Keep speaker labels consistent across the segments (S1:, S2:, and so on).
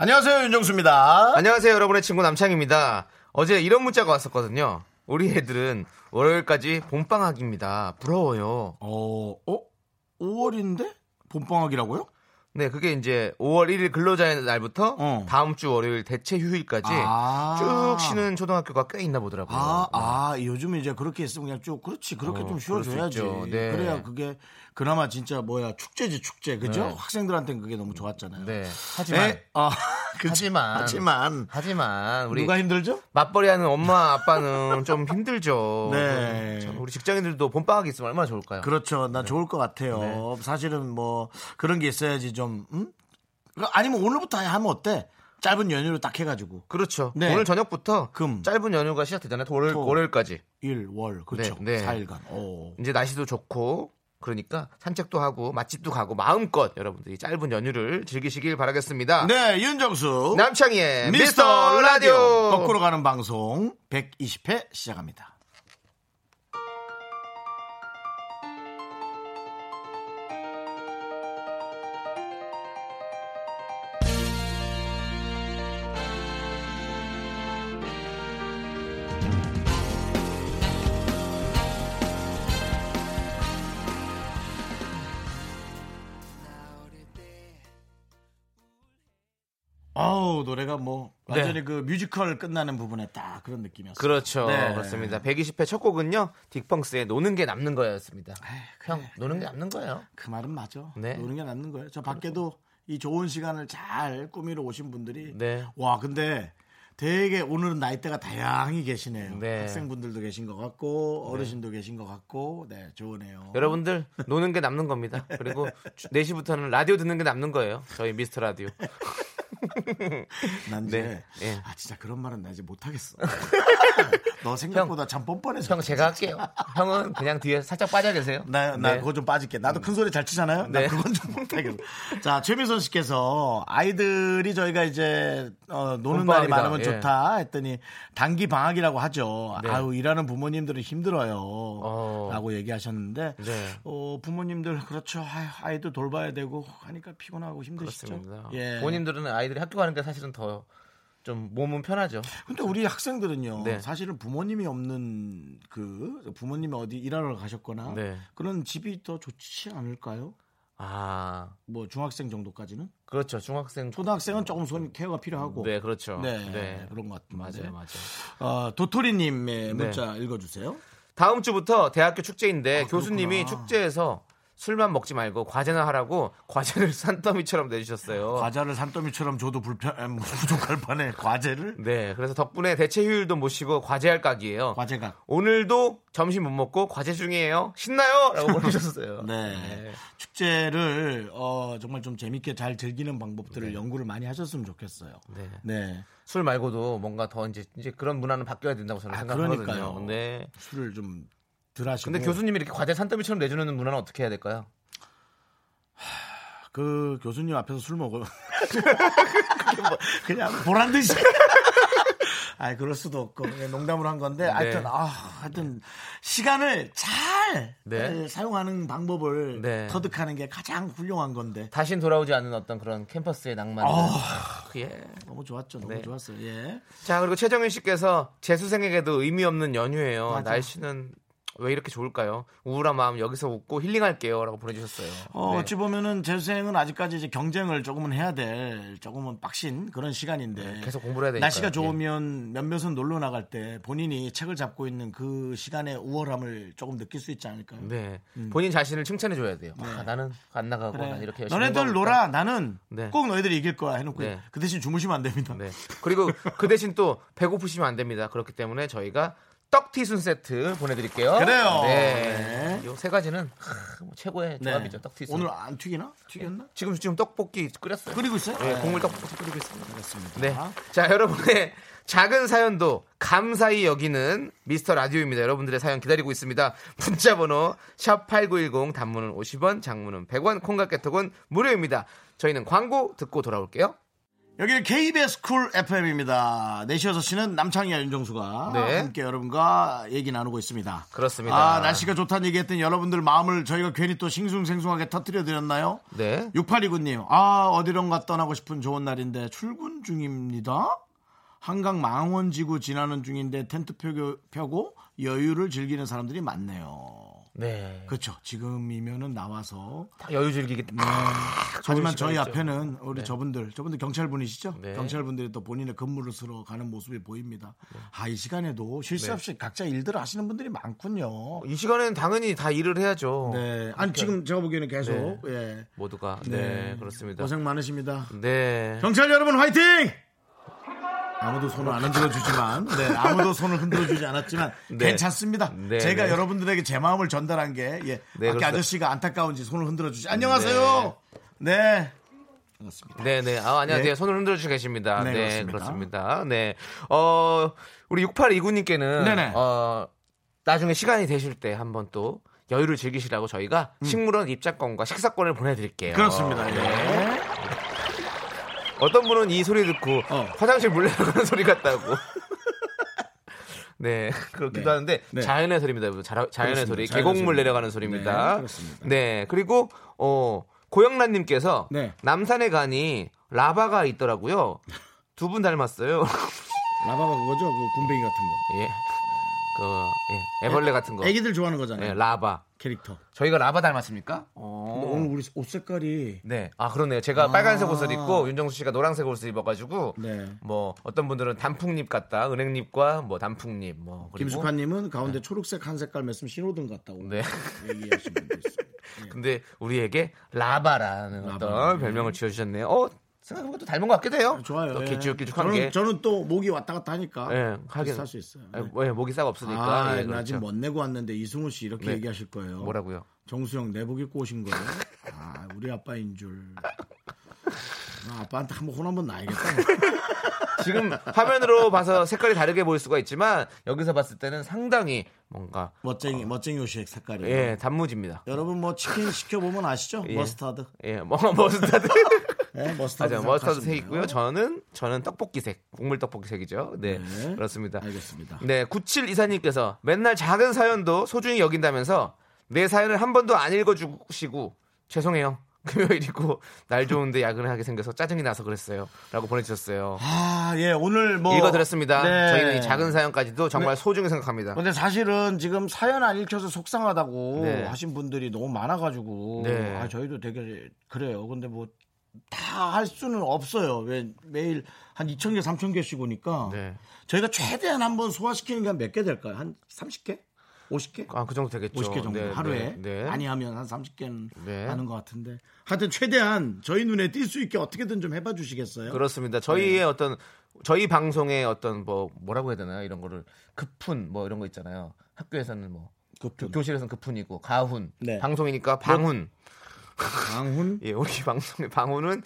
S1: 안녕하세요 윤정수입니다.
S2: 안녕하세요, 여러분의 친구 남창입니다. 어제 이런 문자가 왔었거든요. 우리 애들은 월요일까지 봄방학입니다. 부러워요.
S1: 어, 어? 5월인데 봄방학이라고요?
S2: 네, 그게 이제 5월 1일 근로자의 날부터
S1: 어.
S2: 다음 주 월요일 대체 휴일까지
S1: 아.
S2: 쭉 쉬는 초등학교가 꽤 있나 보더라고요.
S1: 아, 아, 요즘 이제 그렇게 있으면 그냥 쭉 그렇지 그렇게
S2: 어,
S1: 좀
S2: 그럴
S1: 쉬어줘야지.
S2: 수 있죠. 네.
S1: 그래야 그게 그나마 진짜 뭐야 축제지 축제 그죠?
S2: 네.
S1: 학생들한테는 그게 너무 좋았잖아요.
S2: 네. 하지만
S1: 네. 아, 그치.
S2: 하지만.
S1: 하지만
S2: 하지만 우리
S1: 누가 힘들죠?
S2: 맞벌이하는 엄마 아빠는 좀 힘들죠.
S1: 네.
S2: 참, 우리 직장인들도 봄방학이 있으면 얼마나 좋을까요?
S1: 그렇죠. 나 좋을 것 같아요. 사실은 뭐 그런 게 있어야지 좀. 음? 그러니까 아니면 오늘부터 아예 하면 어때? 짧은 연휴로 딱 해가지고
S2: 그렇죠.
S1: 네.
S2: 오늘 저녁부터
S1: 금.
S2: 짧은 연휴가 시작되잖아요. 월요일,
S1: 토.
S2: 월요일까지.
S1: 일 월 그렇죠.
S2: 네, 네.
S1: 사일간 오.
S2: 이제 날씨도 좋고 그러니까 산책도 하고 맛집도 가고 마음껏 여러분들이 짧은 연휴를 즐기시길 바라겠습니다.
S1: 네, 윤정수.
S2: 남창희의
S1: 네, 미스터 라디오.
S2: 거꾸로
S1: 거꾸로 가는 방송 120회 시작합니다. 아우, 노래가 뭐 완전히 그 뮤지컬 끝나는 부분에 딱 그런 느낌이었어요.
S2: 그렇죠.
S1: 네.
S2: 그렇습니다. 120회 첫 곡은요. 딕펑스의 노는 게 남는 거였습니다.
S1: 그냥
S2: 형 노는 게 남는 거예요.
S1: 그 말은 맞아.
S2: 네.
S1: 노는 게 낫는 거예요. 저 밖에도 이 좋은 시간을 잘 꾸미러 오신 분들이
S2: 네.
S1: 와 근데 되게 오늘은 나이대가 다양히 계시네요. 네.
S2: 네.
S1: 학생분들도 계신 것 같고 어르신도 계신 것 같고 네 좋으네요.
S2: 여러분들 노는 게 남는 겁니다. 그리고 4시부터는 라디오 듣는 게 남는 거예요. 저희 미스터 라디오.
S1: 난 이제
S2: 네, 예.
S1: 아 진짜 그런 말은 나 이제 못 하겠어. 너 생각보다 참 뻔뻔해서
S2: 형 제가 할게요. 형은 그냥 뒤에 살짝 빠져 계세요.
S1: 나, 나
S2: 네.
S1: 그거 좀 빠질게. 나도 큰 소리 잘 치잖아요? 나
S2: 네.
S1: 그건 좀 못하겠어. 자, 최미선 씨께서 아이들이 저희가 이제, 어, 노는 날이
S2: 봄방학이다.
S1: 많으면
S2: 예.
S1: 좋다 했더니 단기 방학이라고 하죠.
S2: 네.
S1: 아유, 일하는 부모님들은 힘들어요.
S2: 어.
S1: 라고 얘기하셨는데,
S2: 네.
S1: 어, 부모님들, 그렇죠. 아유, 아이도 돌봐야 되고 하니까 피곤하고 힘드시죠.
S2: 그렇습니다.
S1: 예.
S2: 본인들은 아이들이 학교 가는데 사실은 더 좀 몸은 편하죠.
S1: 근데 우리 학생들은요
S2: 네.
S1: 사실은 부모님이 없는 그 부모님이 어디 일하러 가셨거나
S2: 네.
S1: 그런 집이 더 좋지 않을까요?
S2: 아
S1: 뭐 중학생 정도까지는
S2: 그렇죠. 중학생
S1: 초등학생은 조금 손 케어가 필요하고
S2: 네 그렇죠.
S1: 네, 그런 것 같은데
S2: 맞아요, 네. 맞아요.
S1: 어, 도토리님의 문자 읽어주세요
S2: 다음 주부터 대학교 축제인데 교수님이
S1: 그렇구나.
S2: 축제에서 술만 먹지 말고 과제나 하라고 과제를 산더미처럼 내주셨어요.
S1: 과자를 산더미처럼 줘도 불편 음, 부족할 판에 과제를
S2: 네, 그래서 덕분에 대체 휴일도 못 쉬고 과제할 각이에요.
S1: 과제가
S2: 오늘도 점심 못 먹고 과제 중이에요. 신나요?라고 보내주셨어요.
S1: 네. 축제를 어, 정말 좀 재밌게 잘 즐기는 방법들을 연구를 많이 하셨으면 좋겠어요
S2: 네.
S1: 네
S2: 술 말고도 뭔가 더 이제 이제 그런 문화는 바뀌어야 된다고 저는
S1: 아,
S2: 생각하거든요. 뭐
S1: 그러니까요.
S2: 네.
S1: 술을 좀 덜하시고
S2: 근데 교수님이 이렇게 과제 산더미처럼 내주는 문화는 어떻게 해야 될까요?
S1: 그 교수님 앞에서 술 먹어요. 그게 뭐, 그냥 보란 듯이. 아이 그럴 수도 없고 그냥 농담으로 한
S2: 네.
S1: 건데 하여튼 아 하여튼 시간을 잘
S2: 네.
S1: 에, 사용하는 방법을
S2: 네.
S1: 터득하는 게 가장 훌륭한 건데 네,
S2: 다신 돌아오지 않는 어떤 그런 캠퍼스의 낭만.
S1: 아.
S2: 예.
S1: 너무 좋았죠 너무
S2: 네.
S1: 좋았어요 예
S2: 자 그리고 최정윤 씨께서 재수생에게도 의미 없는 연휴예요.
S1: 맞아.
S2: 날씨는 왜 이렇게 좋을까요? 우울한 마음 여기서 웃고 힐링할게요라고 보내주셨어요.
S1: 어,
S2: 네.
S1: 어찌 보면은 재수생은 아직까지 이제 경쟁을 조금은 해야 될 조금은 빡신 그런 시간인데
S2: 네, 계속 공부를 해야 예.
S1: 네.
S2: 되니까.
S1: 날씨가 좋으면 몇몇은 놀러 나갈 때 본인이 책을 잡고 있는 그 시간의 우월함을 조금 느낄 수 있지 않을까요?
S2: 네.
S1: 음.
S2: 본인 자신을 칭찬해 줘야 돼요. 아, 나는 안 나가고 난 이렇게 열심히.
S1: 네. 너네들
S2: 공부하고
S1: 놀아 나는
S2: 네.
S1: 꼭 너희들이 이길 거야 해놓고
S2: 네.
S1: 그 대신 주무시면 안 됩니다.
S2: 네. 그리고 그 대신 또 배고프시면 안 됩니다. 그렇기 때문에 저희가 떡티순 세트 보내드릴게요.
S1: 그래요.
S2: 네.
S1: 네.
S2: 요 세 가지는 크, 뭐 최고의
S1: 네.
S2: 조합이죠. 떡 튀김.
S1: 오늘 안 튀기나? 튀겼나?
S2: 지금 지금 떡볶이 끓였어요.
S1: 끓이고 있어요?
S2: 네,
S1: 네.
S2: 국물 떡볶이 끓이고 있습니다.
S1: 그렇습니다.
S2: 네. 자, 여러분의 작은 사연도 감사히 여기는 미스터 라디오입니다. 여러분들의 사연 기다리고 있습니다. 문자 번호 샵8910 단문은 50원, 장문은 100원, 콩깍개톡은 무료입니다. 저희는 광고 듣고 돌아올게요.
S1: 여기는 KBS 쿨 FM입니다. 4시 6시는 남창희와 윤정수가
S2: 네.
S1: 함께 여러분과 얘기 나누고 있습니다.
S2: 그렇습니다.
S1: 아, 날씨가 좋다는 얘기했던 여러분들 마음을 저희가 괜히 또 싱숭생숭하게 터뜨려드렸나요?
S2: 네.
S1: 6829님, 아, 어디론가 떠나고 싶은 좋은 날인데 출근 중입니다? 한강 망원지구 지나는 중인데 텐트 펴고, 펴고 여유를 즐기는 사람들이 많네요.
S2: 네.
S1: 그렇죠. 지금이면은 나와서
S2: 딱 여유 즐기기 딱
S1: 하지만 저희
S2: 시간이죠.
S1: 앞에는 우리 저분들, 저분들 경찰분이시죠?
S2: 네.
S1: 경찰분들이 또 본인의 근무를 쓰러 가는 모습이 보입니다. 아, 이 시간에도 쉴
S2: 네.
S1: 새 없이 각자 일들을 하시는 분들이 많군요.
S2: 이 시간에는 당연히 다 일을 해야죠.
S1: 네.
S2: 그러니까
S1: 아니, 지금 제가 보기에는 계속, 예.
S2: 모두가 네, 그렇습니다.
S1: 고생 많으십니다.
S2: 네.
S1: 경찰 여러분, 화이팅! 아무도 손을 안 흔들어 주지만, 네, 아무도 손을 흔들어 주지 않았지만,
S2: 네.
S1: 괜찮습니다.
S2: 네,
S1: 제가
S2: 네.
S1: 여러분들에게 제 마음을 전달한 게, 예.
S2: 네,
S1: 밖에
S2: 그렇습니다.
S1: 아저씨가 안타까운지 손을 흔들어 주지. 안녕하세요! 네. 반갑습니다.
S2: 네, 네. 아, 안녕하세요.
S1: 네.
S2: 손을 흔들어 주고 계십니다.
S1: 네,
S2: 네,
S1: 그렇습니다.
S2: 그렇습니다. 네. 어, 우리 6829님께는
S1: 네네.
S2: 어, 나중에 시간이 되실 때 한번 또 여유를 즐기시라고 저희가 식물원 입장권과 식사권을 보내 드릴게요.
S1: 음. 그렇습니다.
S2: 아, 네.
S1: 예.
S2: 어떤 분은 이 소리 듣고
S1: 어.
S2: 화장실 물레 가는 소리 같다고. 네, 그렇기도
S1: 네.
S2: 하는데
S1: 네.
S2: 자연의 소리입니다. 여러분. 자, 자연의
S1: 자연의
S2: 소리,
S1: 소리.
S2: 계곡물 내려가는
S1: 네,
S2: 소리입니다.
S1: 그렇습니다.
S2: 네, 그리고 어 고영란님께서
S1: 네.
S2: 남산에 가니 라바가 있더라고요. 두 분 닮았어요.
S1: 라바가 그거죠? 그 군뱅이 같은 거.
S2: 예, 그 예, 애벌레 같은 거.
S1: 애기들 좋아하는 거잖아요.
S2: 예, 라바. 어.
S1: 캐릭터.
S2: 저희가 라바 닮았습니까?
S1: 근데 오늘 우리 옷 색깔이
S2: 네. 아 그렇네요. 제가 빨간색 옷을 입고 윤정수 씨가 노란색 옷을 입어가지고
S1: 네.
S2: 뭐 어떤 분들은 단풍잎 같다, 은행잎과 뭐 단풍잎 뭐 그리고
S1: 김숙환님은 가운데 초록색 한 색깔 맺으면 신호등 같다고
S2: 네.
S1: 얘기하신 분도 있어요.
S2: 근데 우리에게 라바라는 어떤 별명을 지어주셨네요. 어 생각해보면 또 닮은 것 같기도 해요.
S1: 좋아요.
S2: 또
S1: 예.
S2: 길쭉길쭉한
S1: 저는,
S2: 게.
S1: 저는 또 목이 왔다 갔다 하니까
S2: 예, 하긴.
S1: 살수 있어요.
S2: 아, 뭐, 예, 목이 싹 없으니까.
S1: 아,
S2: 예,
S1: 나
S2: 그렇죠.
S1: 지금 못 내고 왔는데 이승우 씨 이렇게
S2: 네.
S1: 얘기하실 거예요.
S2: 뭐라고요?
S1: 정수영 내복 입고 오신 거예요? 아, 우리 아빠인 줄. 나 아빠한테 한번 혼 한번 나야겠다.
S2: 지금 화면으로 봐서 색깔이 다르게 보일 수가 있지만 여기서 봤을 때는 상당히 뭔가
S1: 멋쟁이, 멋쟁이 옷이 색깔이.
S2: 예 단무지입니다.
S1: 여러분 뭐 치킨 시켜 보면 아시죠?
S2: 예.
S1: 머스타드.
S2: 예, 뭐 머스타드.
S1: 네, 머스타드.
S2: 맞아요.
S1: 생각하시면
S2: 머스타드 색 있고요. 저는 저는 떡볶이색, 국물 떡볶이색이죠. 네,
S1: 네.
S2: 그렇습니다.
S1: 알겠습니다.
S2: 네, 97 이사님께서 맨날 작은 사연도 소중히 여긴다면서 내 사연을 한 번도 안 읽어주시고 죄송해요. 금요일이고 날 좋은데 야근을 하게 생겨서 짜증이 나서 그랬어요.라고 보내주셨어요.
S1: 아, 예, 오늘 뭐
S2: 읽어드렸습니다.
S1: 네. 어,
S2: 저희는 이 작은 사연까지도 정말 소중히 생각합니다.
S1: 근데 사실은 지금 사연 안 읽혀서 속상하다고
S2: 네.
S1: 하신 분들이 너무 많아가지고
S2: 네.
S1: 아 저희도 되게 그래요. 근데 뭐 다 할 수는 없어요. 왜 매일 한 2천 개, 3천 개씩 오니까
S2: 네.
S1: 저희가 최대한 한번 소화시키는 게 한 몇 개 될까요? 한 30개, 50개?
S2: 아, 그 정도 되겠죠.
S1: 50개 정도
S2: 네,
S1: 하루에
S2: 네, 네.
S1: 아니하면 한 30개는
S2: 네.
S1: 하는 것 같은데 하여튼 최대한 저희 눈에 띌 수 있게 어떻게든 좀 해봐 주시겠어요? 네.
S2: 그렇습니다. 저희의 어떤 저희 방송의 어떤 뭐 뭐라고 해야 되나요? 이런 거를 급훈 뭐 이런 거 있잖아요. 학교에서는 뭐
S1: 급훈.
S2: 교실에서는 급훈이고 가훈
S1: 음. 네.
S2: 방송이니까 방훈
S1: 강훈
S2: 예 우리 방송의 방훈은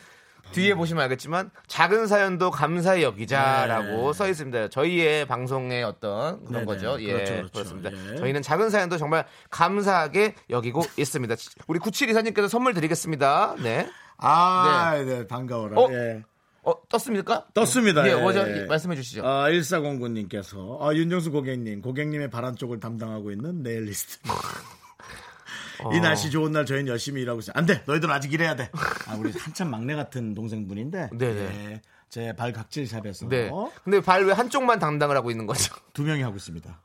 S2: 뒤에 보시면 알겠지만 작은 사연도 감사히 여기자라고 써 있습니다. 저희의 방송의 어떤
S1: 네. 네네.
S2: 그런 거죠. 예,
S1: 그렇죠, 그렇죠.
S2: 습니다
S1: 예.
S2: 저희는 작은 사연도 정말 감사하게 여기고 있습니다. 우리 97 이사님께서 선물 드리겠습니다. 네.
S1: 아, 네, 반가워라.
S2: 어?
S1: 예.
S2: 어 떴습니까?
S1: 떴습니다.
S2: 예, 먼저 말씀해 주시죠.
S1: 아, 1409님께서 아, 윤정수 고객님, 고객님의 바람 쪽을 담당하고 있는 네일리스트.
S2: 어.
S1: 이 날씨 좋은 날 저희는 열심히 일하고 있어요. 안 돼! 너희들 아직 일해야 돼! 아, 우리 한참 막내 같은 동생분인데.
S2: 네네.
S1: 예, 제 발각질샵에서
S2: 네. 근데 발 왜 한쪽만 담당을 하고 있는 거죠?
S1: 두 명이 하고 있습니다.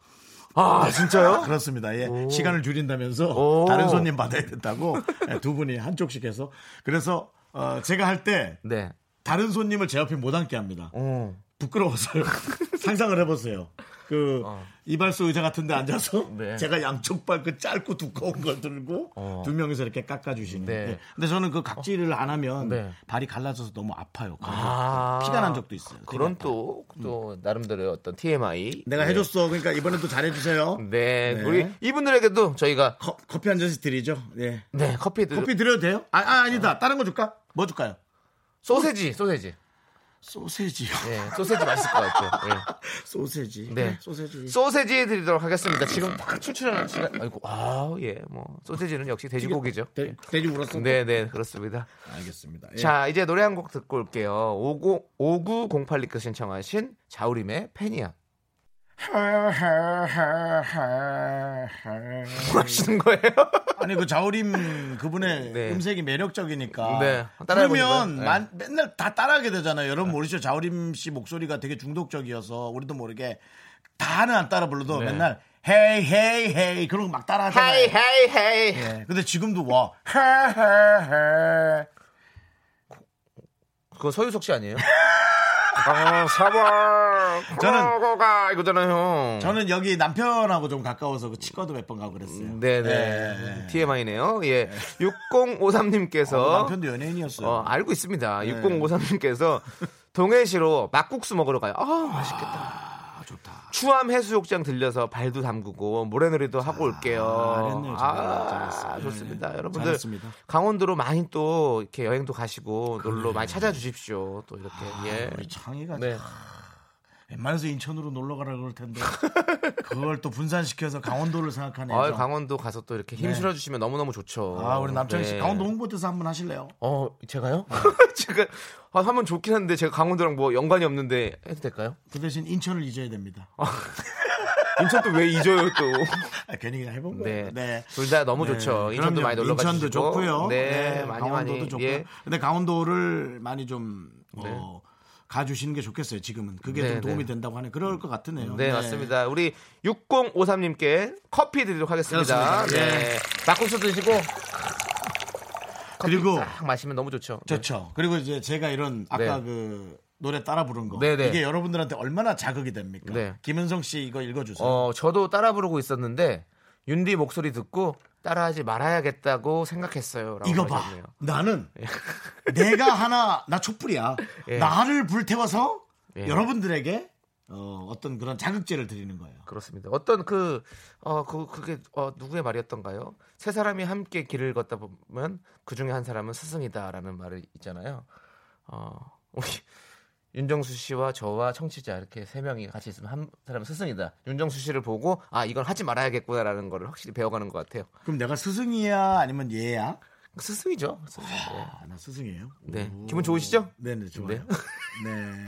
S2: 아, 진짜요?
S1: 그렇습니다. 예. 시간을 줄인다면서
S2: 오.
S1: 다른 손님 받아야 된다고 예, 두 분이 한쪽씩 해서. 그래서 어, 제가 할 때
S2: 네.
S1: 다른 손님을 제 옆에 못 앉게 합니다.
S2: 어.
S1: 부끄러워서요. 상상을 해보세요. 그
S2: 어.
S1: 이발소 의자 같은데 앉아서
S2: 네.
S1: 제가 양쪽 발 그 짧고 두꺼운 걸 들고
S2: 어.
S1: 두 명이서 이렇게 깎아주시는.
S2: 네.
S1: 데 근데 저는 그 각질을 안 하면
S2: 네.
S1: 발이 갈라져서 너무 아파요. 그래서
S2: 아.
S1: 피가 난 적도 있어요. 그러니까
S2: 그런 또, 또, 나름대로의 어떤 TMI.
S1: 내가
S2: 네.
S1: 해줬어. 그러니까 이번에도 잘해주세요.
S2: 네.
S1: 네.
S2: 우리 이분들에게도 저희가
S1: 커, 피한 잔씩 드리죠. 예.
S2: 네, 커피, 드
S1: 커피 드려도 돼요? 아, 아 아니다. 다른 거 줄까? 뭐 줄까요?
S2: 소세지, 소세지.
S1: 소세지요.
S2: 네, 소세지 맛있을 것 같아요. 네.
S1: 소세지.
S2: 네.
S1: 소세지.
S2: 소세지 드리도록 하겠습니다. 지금 딱 출출하는 시간. 아이고, 아, 예, 뭐 소세지는 역시 돼지고기죠.
S1: 돼, 돼지 울었어.
S2: 네, 네, 그렇습니다.
S1: 알겠습니다. 예.
S2: 자, 이제 노래 한 곡 듣고 올게요. 59, 5908님께서 신청하신 자우림의 팬이야. 뭐 하시는 거예요?
S1: 아니 그 자우림 그분의
S2: 네.
S1: 음색이 매력적이니까
S2: 네, 따라해보는
S1: 그러면
S2: 거예요.
S1: 만- 맨날 다 따라하게 되잖아요. 여러분 모르시죠? 자우림 씨 목소리가 되게 중독적이어서 우리도 모르게 다는 안 따라 불러도
S2: 네.
S1: 맨날 헤이 헤이 헤이 그러고 막 따라하잖아요.
S2: 헤이, 헤이, 헤이.
S1: 네, 근데 지금도 와 헤헤헤
S2: 그거 서유석 씨 아니에요? 아, 사과.
S1: 저는-
S2: 가 이거잖아요.
S1: 저는 여기 남편하고 좀 가까워서 그 치과도 몇 번 가고 그랬어요.
S2: 네네.
S1: 예, 예.
S2: TMI네요. 예. 6053님께서.
S1: 어, 남편도 연예인이었어요. 네.
S2: 어, 알고 있습니다. 6053님께서 동해시로 막국수 먹으러 가요. 아, 맛있겠다.
S1: 아 좋다.
S2: 추암 해수욕장 들려서 발도 담그고 모래놀이도 하고 올게요.
S1: 아, 잘했네요, 정말.
S2: 아,
S1: 잘했어요.
S2: 좋습니다.
S1: 네,
S2: 여러분들
S1: 잘했습니다.
S2: 강원도로 많이 또 이렇게 여행도 가시고 놀러 많이 찾아주십시오. 또 이렇게 예.
S1: 우리 창희가
S2: 네.
S1: 예, 웬만해서 인천으로 놀러 가라 그럴 텐데 그걸 또 분산시켜서 강원도를 생각하네. 네.
S2: 아, 강원도 가서 또 이렇게 힘 실어 주시면 너무너무 좋죠.
S1: 아 우리 남창희 씨
S2: 네.
S1: 강원도 홍보대사 한번 하실래요?
S2: 어, 제가요? 제가 아, 하면 좋긴 한데 제가 강원도랑 뭐 연관이 없는데 해도 될까요?
S1: 그 대신 인천을 잊어야 됩니다.
S2: 아. 인천도 왜 잊어요 또?
S1: 아, 괜히 그냥 해본
S2: 네,
S1: 거예요. 네.
S2: 둘 다 너무
S1: 네.
S2: 좋죠. 인천도
S1: 그럼요.
S2: 많이 놀러 가시고.
S1: 인천도 좋고요.
S2: 네, 많이
S1: 강원도도
S2: 많이.
S1: 좋고요.
S2: 예.
S1: 근데 강원도를 많이 좀 어, 가주시는 게 좋겠어요. 지금은 그게
S2: 네,
S1: 좀 도움이
S2: 네.
S1: 된다고 하네. 그럴 것 같으네요.
S2: 네, 맞습니다. 우리 6053님께 커피 드리도록 하겠습니다.
S1: 그렇습니다.
S2: 네. 막국수 드시고
S1: 그리고
S2: 딱 마시면 너무 좋죠. 네.
S1: 좋죠. 그리고 이제 제가 이런 아까
S2: 네.
S1: 그 노래 따라 부른 거
S2: 네네.
S1: 이게 여러분들한테 얼마나 자극이 됩니까?
S2: 네.
S1: 김은성 씨 이거 읽어주세요.
S2: 어, 저도 따라 부르고 있었는데 윤디 목소리 듣고 따라하지 말아야겠다고 생각했어요. 라고
S1: 이거 봐.
S2: 하셨네요.
S1: 나는 내가 하나 나 촛불이야.
S2: 예.
S1: 나를 불태워서
S2: 예.
S1: 여러분들에게 어, 떤 그런 자극제를 드리는 거예요.
S2: 그렇습니다. 어떤 그, 어, 그, 그게, 어, 누구의 말이었던가요? 세 사람이 함께 길을 걷다 보면 그 중에 한 사람은 스승이다라는 말이 있잖아요. 어, 우리 윤정수 씨와 저와 청취자 이렇게 세 명이 같이 있으면 한 사람은 스승이다. 윤정수 씨를 보고, 아, 이건 하지 말아야겠구나라는 거를 확실히 배워가는 것 같아요.
S1: 그럼 내가 스승이야 아니면 얘야?
S2: 스승이죠. 스승. 네.
S1: 아, 나 스승이에요.
S2: 네.
S1: 오.
S2: 기분 좋으시죠?
S1: 네네 좋아요. 네.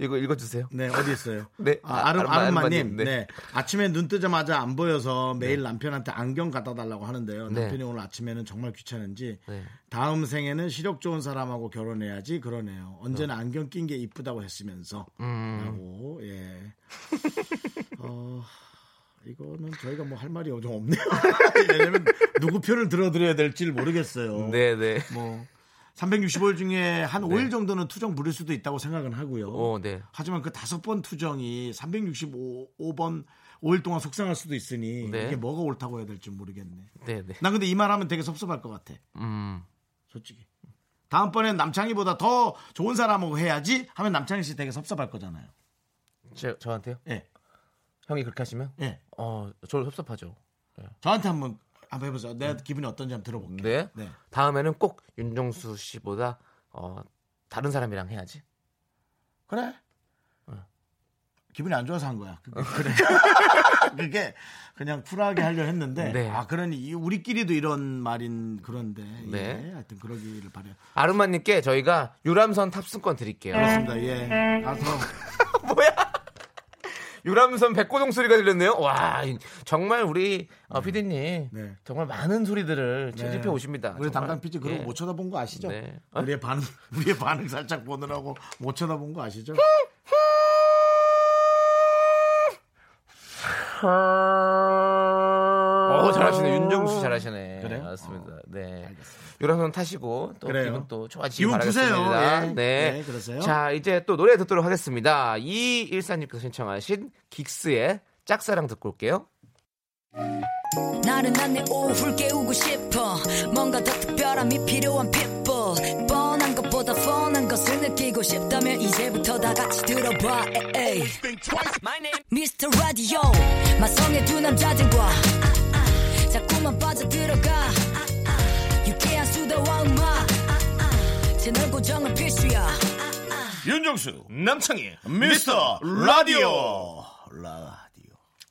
S2: 이거 읽어주세요.
S1: 네, 어디 있어요?
S2: 네.
S1: 아, 아름,
S2: 아름마-
S1: 아름마님.
S2: 아름마님, 네.
S1: 네. 아침에 눈 뜨자마자 안 보여서 매일 남편한테 안경 갖다 달라고 하는데요.
S2: 네.
S1: 남편이 오늘 아침에는 정말 귀찮은지
S2: 네.
S1: 다음 생에는 시력 좋은 사람하고 결혼해야지 그러네요. 언제나 안경 낀 게 이쁘다고 했으면서.
S2: 음.
S1: 라고, 예. 어, 이거는 저희가 뭐 할 말이 좀 없네요. 왜냐면 누구 편을 들어드려야 될지 를 모르겠어요.
S2: 네, 네.
S1: 뭐 365일 중에 한 5일 정도는 투정 부릴 수도 있다고 생각은 하고요.
S2: 어, 네.
S1: 하지만 그 다섯 번 투정이 365번 5일 동안 속상할 수도 있으니
S2: 네.
S1: 이게 뭐가 옳다고 해야 될지 모르겠네.
S2: 네, 네.
S1: 난 근데 이 말 하면 되게 섭섭할 것 같아.
S2: 음.
S1: 솔직히. 다음번엔 남창희보다 더 좋은 사람하고 해야지 하면 남창희 씨 되게 섭섭할 거잖아요.
S2: 저, 저한테요?
S1: 예.
S2: 형이 그렇게 하시면?
S1: 예.
S2: 어, 저를 섭섭하죠.
S1: 저한테 한번 한번 해 보세요. 내 기분이 어떤지 한번 들어볼게요.
S2: 음. 네.
S1: 네.
S2: 다음에는 꼭 윤정수 씨보다 어, 다른 사람이랑 해야지.
S1: 그래.
S2: 네.
S1: 기분이 안 좋아서 한 거야. 그-
S2: 어,
S1: 그래. 그게 그냥 쿨하게 하려 했는데
S2: 네.
S1: 아 그러니 이- 우리끼리도 이런 말인 그런데
S2: 네.
S1: 예, 하여튼 그러기를 바래요.
S2: 아름마님께 저희가 유람선 탑승권 드릴게요.
S1: 그렇습니다. 예. 가서
S2: 뭐야? 유람선 백고동 소리가 들렸네요. 와, 이- 정말 우리 어, 피디님
S1: 네.
S2: 정말 많은 소리들을 채집해 오십니다.
S1: 우리
S2: 정말.
S1: 담당 PD 그런
S2: 예.
S1: 거 못 쳐다본 거 아시죠?
S2: 네. 어?
S1: 우리의 반응 우리의 반응 살짝 보느라고 못 쳐다본 거 아시죠?
S2: 어, 어, 잘하시네. 윤정수 잘하시네.
S1: 그래요? 어,
S2: 맞습니다. 네. 요런 선 타시고 또
S1: 그래요.
S2: 기분 또 좋아지기
S1: 기분 푸세요.
S2: 바라겠습니다.
S1: 예. 네, 그러세요.
S2: 자, 이제 또 노래 듣도록 하겠습니다. 이 일사님께서 신청하신 긱스의 짝사랑 듣고 올게요.
S3: 나른한 내 오후를 깨우고 싶어 뭔가 더 특별함이 필요한 people 뻔한 것보다 뻔한 것을 느끼고 싶다면 이제부터 다 같이 들어봐 에이. Mr. Radio 마성의 두 남자들과 자꾸만 빠져들어가 유쾌한 수다와 음악 채널 고정은 필수야
S1: 윤정수 남창희 미스터 라디오 라디오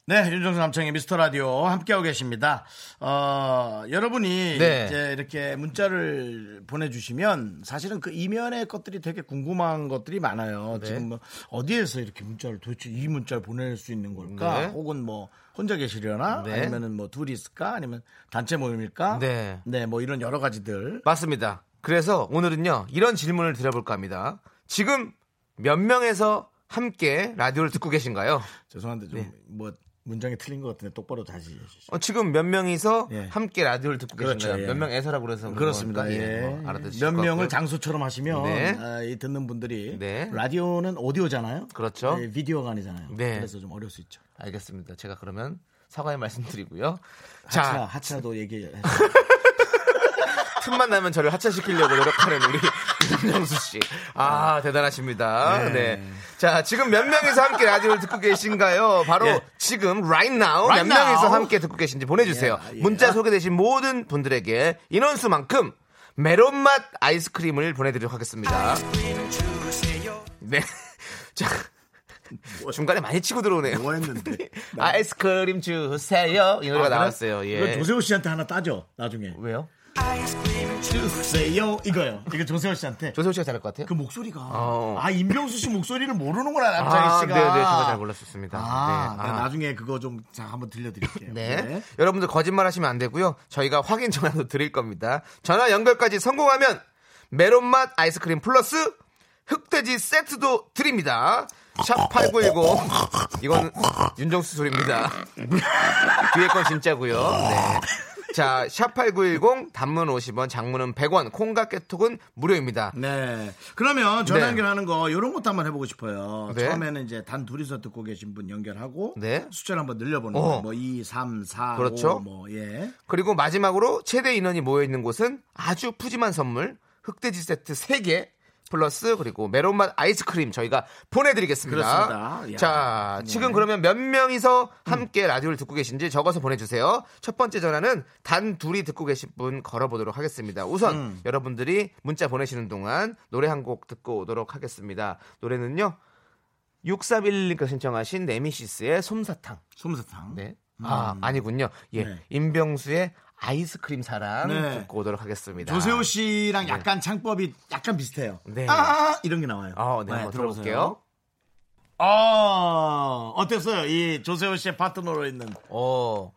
S1: 네 윤정수 남창희 미스터 라디오 함께하고 계십니다 어, 여러분이
S2: 네.
S1: 이제 이렇게 문자를 보내주시면 사실은 그 이면의 것들이 되게 궁금한 것들이 많아요
S2: 네.
S1: 지금 뭐 어디에서 이렇게 문자를 도대체 이 문자를 보낼 수 있는 걸까
S2: 네.
S1: 혹은 뭐 혼자 계시려나
S2: 네.
S1: 아니면은 뭐 둘이 있을까 아니면 단체 모임일까
S2: 네.
S1: 네, 뭐 이런 여러 가지들
S2: 맞습니다. 그래서 오늘은요, 이런 질문을 드려볼까 합니다. 지금 몇 명에서 함께 라디오를 듣고 계신가요?
S1: 죄송한데 좀 뭐 문장이 틀린 것 같은데 똑바로 다시 해주시죠.
S2: 어, 지금 몇 명이서
S1: 예.
S2: 함께 라디오를 듣고
S1: 그렇죠,
S2: 계신가요?
S1: 예.
S2: 몇 명에서라고 그래서 그런
S1: 그렇습니다.
S2: 거니까,
S1: 예.
S2: 뭐 알아듣으실
S1: 몇
S2: 것
S1: 명을
S2: 같고요.
S1: 장수처럼 하시면
S2: 네.
S1: 아, 이 듣는 분들이
S2: 네.
S1: 라디오는 오디오잖아요.
S2: 그렇죠.
S1: 네, 비디오가 아니잖아요.
S2: 네.
S1: 그래서 좀 어려울 수 있죠.
S2: 알겠습니다. 제가 그러면 사과의 말씀드리고요.
S1: 하차,
S2: 자,
S1: 하차도 얘기해.
S2: 틈만 나면 저를 하차시키려고 노력하는 우리 윤정수 씨. 아, 대단하십니다.
S1: 네.
S2: 네. 자, 지금 몇 명이서 함께 라디오를 듣고 계신가요? 바로
S1: 예.
S2: 지금 right now
S1: Right
S2: 몇 명이서
S1: now.
S2: 함께 듣고 계신지 보내 주세요.
S1: 예, 예.
S2: 문자 소개되신 모든 분들에게 인원수만큼 메론맛 아이스크림을 보내 드리도록 하겠습니다. 네. 자. 중간에 많이 치고 들어오네요.
S1: 뭐 했는데?
S2: 아, 아이스크림 주세요. 이 노래가 나왔어요.
S1: 이거
S2: 예.
S1: 아, 조세호 씨한테 하나 따져. 나중에.
S2: 왜요?
S1: 주세요. 이거요. 이거 조세호 씨한테.
S2: 조세호 씨가 잘할 것 같아요?
S1: 그 목소리가.
S2: 어.
S1: 아, 임병수 씨 목소리를 모르는구나, 남창희 씨가.
S2: 네, 네, 제가 잘 몰랐었습니다.
S1: 아,
S2: 네.
S1: 네,
S2: 아.
S1: 나중에 그거 좀 자, 한번 들려드릴게요.
S2: 네. 여러분들 거짓말 하시면 안 되고요. 저희가 확인 전화도 드릴 겁니다. 전화 연결까지 성공하면 메론맛 아이스크림 플러스 흑돼지 세트도 드립니다. 샵8910. 이건 윤정수 소리입니다. 뒤에 건 진짜고요. 네. 자, 샵8910 단문 50원, 장문은 100원, 콩과 깨톡은 무료입니다.
S1: 네. 그러면 전화
S2: 네.
S1: 연결하는 거 이런 것도 한번 해보고 싶어요.
S2: 네.
S1: 처음에는 이제 단 둘이서 듣고 계신 분 연결하고
S2: 네.
S1: 숫자를 한번 늘려보는
S2: 어.
S1: 거. 뭐 2, 3, 4,
S2: 그렇죠.
S1: 5, 뭐 예.
S2: 그리고 마지막으로 최대 인원이 모여 있는 곳은 아주 푸짐한 선물 흑돼지 세트 3개 플러스 그리고 메론맛 아이스크림 저희가 보내드리겠습니다.
S1: 그렇습니다. 야.
S2: 자,
S1: 네.
S2: 지금 그러면 몇 명이서 함께 라디오를 듣고 계신지 적어서 보내주세요. 첫 번째 전화는 단 둘이 듣고 계신 분 걸어보도록 하겠습니다. 우선 여러분들이 문자 보내시는 동안 노래 한 곡 듣고 오도록 하겠습니다. 노래는요. 6311님께서 신청하신 네미시스의 솜사탕.
S1: 솜사탕.
S2: 네. 아, 아니군요. 예.
S1: 음. 네.
S2: 임병수의 아이스크림 사랑
S1: 네.
S2: 듣고 오도록 하겠습니다.
S1: 조세호 씨랑 약간 창법이 약간 비슷해요.
S2: 아. 네.
S1: 아, 이런 게 나와요.
S2: 어, 네, 한번 들어볼게요.
S1: 아, 어땠어요? 이 조세호 씨의 파트너로 있는
S2: 어.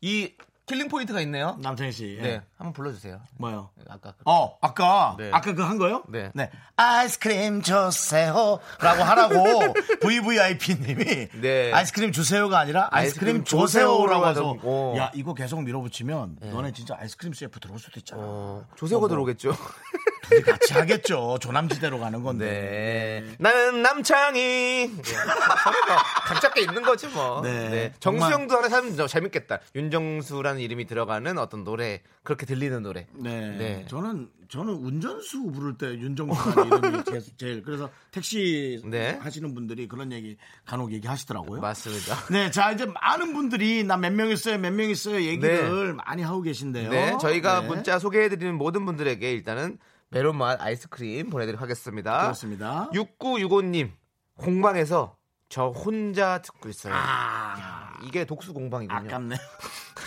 S2: 이 킬링 포인트가 있네요.
S1: 남창희 씨. 예.
S2: 네. 한번 불러 주세요.
S1: 뭐요?
S2: 아까 그-
S1: 어, 아까,
S2: 네.
S1: 아까 그 한 거요?
S2: 네.
S1: 아이스크림 주세요. 라고 하라고 VVIP님이
S2: 네.
S1: 아이스크림 주세요가 아니라 아이스크림,
S2: 아이스크림
S1: 조세요라고
S2: 조세요라고
S1: 해서
S2: 하던- 어.
S1: 야, 이거 계속 밀어붙이면 너네 진짜 아이스크림 셰프 들어올 뭐. 수도 있잖아.
S2: 어, 조세호가 들어오겠죠.
S1: 둘이 같이 하겠죠. 조남지대로 가는 건데.
S2: 네. 나는 남창이. 네. 서로가 각잡게 있는 거지 뭐.
S1: 네.
S2: 네.
S1: 정말-
S2: 정수영도 하나 사면 좀 재밌겠다. 윤정수라는 이름이 들어가는 어떤 노래 그렇게 들리는 노래.
S1: 네.
S2: 네.
S1: 저는 저는 운전수 부를 때 윤정수라는 이름이 제- 제일 그래서 택시
S2: 네.
S1: 하시는 분들이 그런 얘기 간혹 얘기하시더라고요.
S2: 맞습니다.
S1: 네, 자 이제 많은 분들이 나 몇 명 있어요, 몇 명 있어요 얘기를 많이 하고 계신데요.
S2: 네, 저희가
S1: 네,
S2: 문자 소개해드리는 모든 분들에게 일단은 메론맛 아이스크림 보내드리도록 하겠습니다.
S1: 그렇습니다.
S2: 6965님, 공방에서 저 혼자 듣고 있어요.
S1: 아,
S2: 이게 독수 공방이군요.
S1: 아깝네.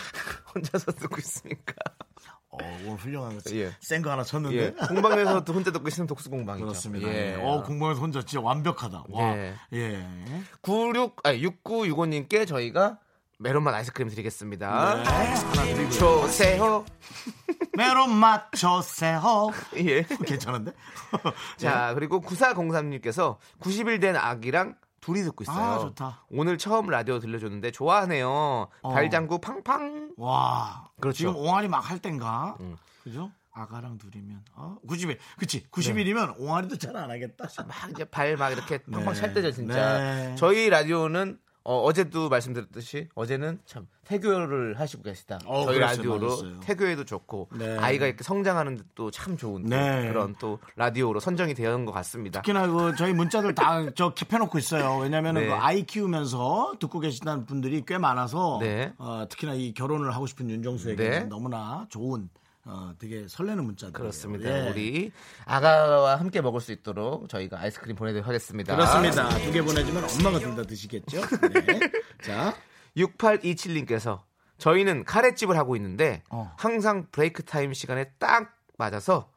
S2: 혼자서 듣고 있으니까.
S1: 어, 오늘 훌륭한 거.
S2: 예.
S1: 센거 하나 쳤는데.
S2: 예, 공방에서 또 혼자 듣고 있으면 독수 공방이죠.
S1: 그렇습니다.
S2: 예.
S1: 어, 공부하면서 혼자 진짜 완벽하다. 와.
S2: 예.
S1: 예.
S2: 96, 아니, 6965님께 저희가 메론맛 아이스크림
S1: 네.
S2: 드리겠습니다.
S1: 하나 드리고.
S2: 조세호.
S1: 메론 맞춰세요.
S2: 예.
S1: 괜찮은데? 예?
S2: 자, 그리고 9403님께서 90일 된 아기랑 둘이 듣고 있어요.
S1: 아, 좋다.
S2: 오늘 처음 라디오 들려줬는데 좋아하네요.
S1: 어.
S2: 발장구 팡팡.
S1: 와.
S2: 그렇죠.
S1: 지금 옹알이 막 할 땐가?
S2: 음.
S1: 그죠? 아가랑 둘이면 어? 90일. 그치.
S2: 네.
S1: 90일이면 옹알이도 잘 안 하겠다.
S2: 막 이제 발 막 이렇게 팡팡
S1: 네.
S2: 찰 때죠 진짜.
S1: 네.
S2: 저희 라디오는 어, 제도 말씀드렸듯이 어제는 참 태교를 하시고 계시다.
S1: 어,
S2: 저희
S1: 그랬어요.
S2: 라디오로
S1: 맞았어요.
S2: 태교에도 좋고
S1: 네.
S2: 아이가 이렇게 성장하는 데 또 참 좋은
S1: 네.
S2: 그런 또 라디오로 선정이 되는 것 같습니다.
S1: 특히나 그 저희 문자들 다 저 캡해놓고 있어요. 왜냐면은
S2: 네.
S1: 그 아이 키우면서 듣고 계시는 분들이 꽤 많아서
S2: 네.
S1: 어, 특히나 이 결혼을 하고 싶은 윤정수에게
S2: 네.
S1: 는 너무나 좋은 어, 되게 설레는 문자들.
S2: 그렇습니다.
S1: 예.
S2: 우리 아가와 함께 먹을 수 있도록 저희가 아이스크림 보내드리도록 하겠습니다.
S1: 그렇습니다. 두 개 보내주면 엄마가 둘 다 드시겠죠. 네. 자,
S2: 6827님께서 저희는 카레집을 하고 있는데
S1: 어.
S2: 항상 브레이크 타임 시간에 딱 맞아서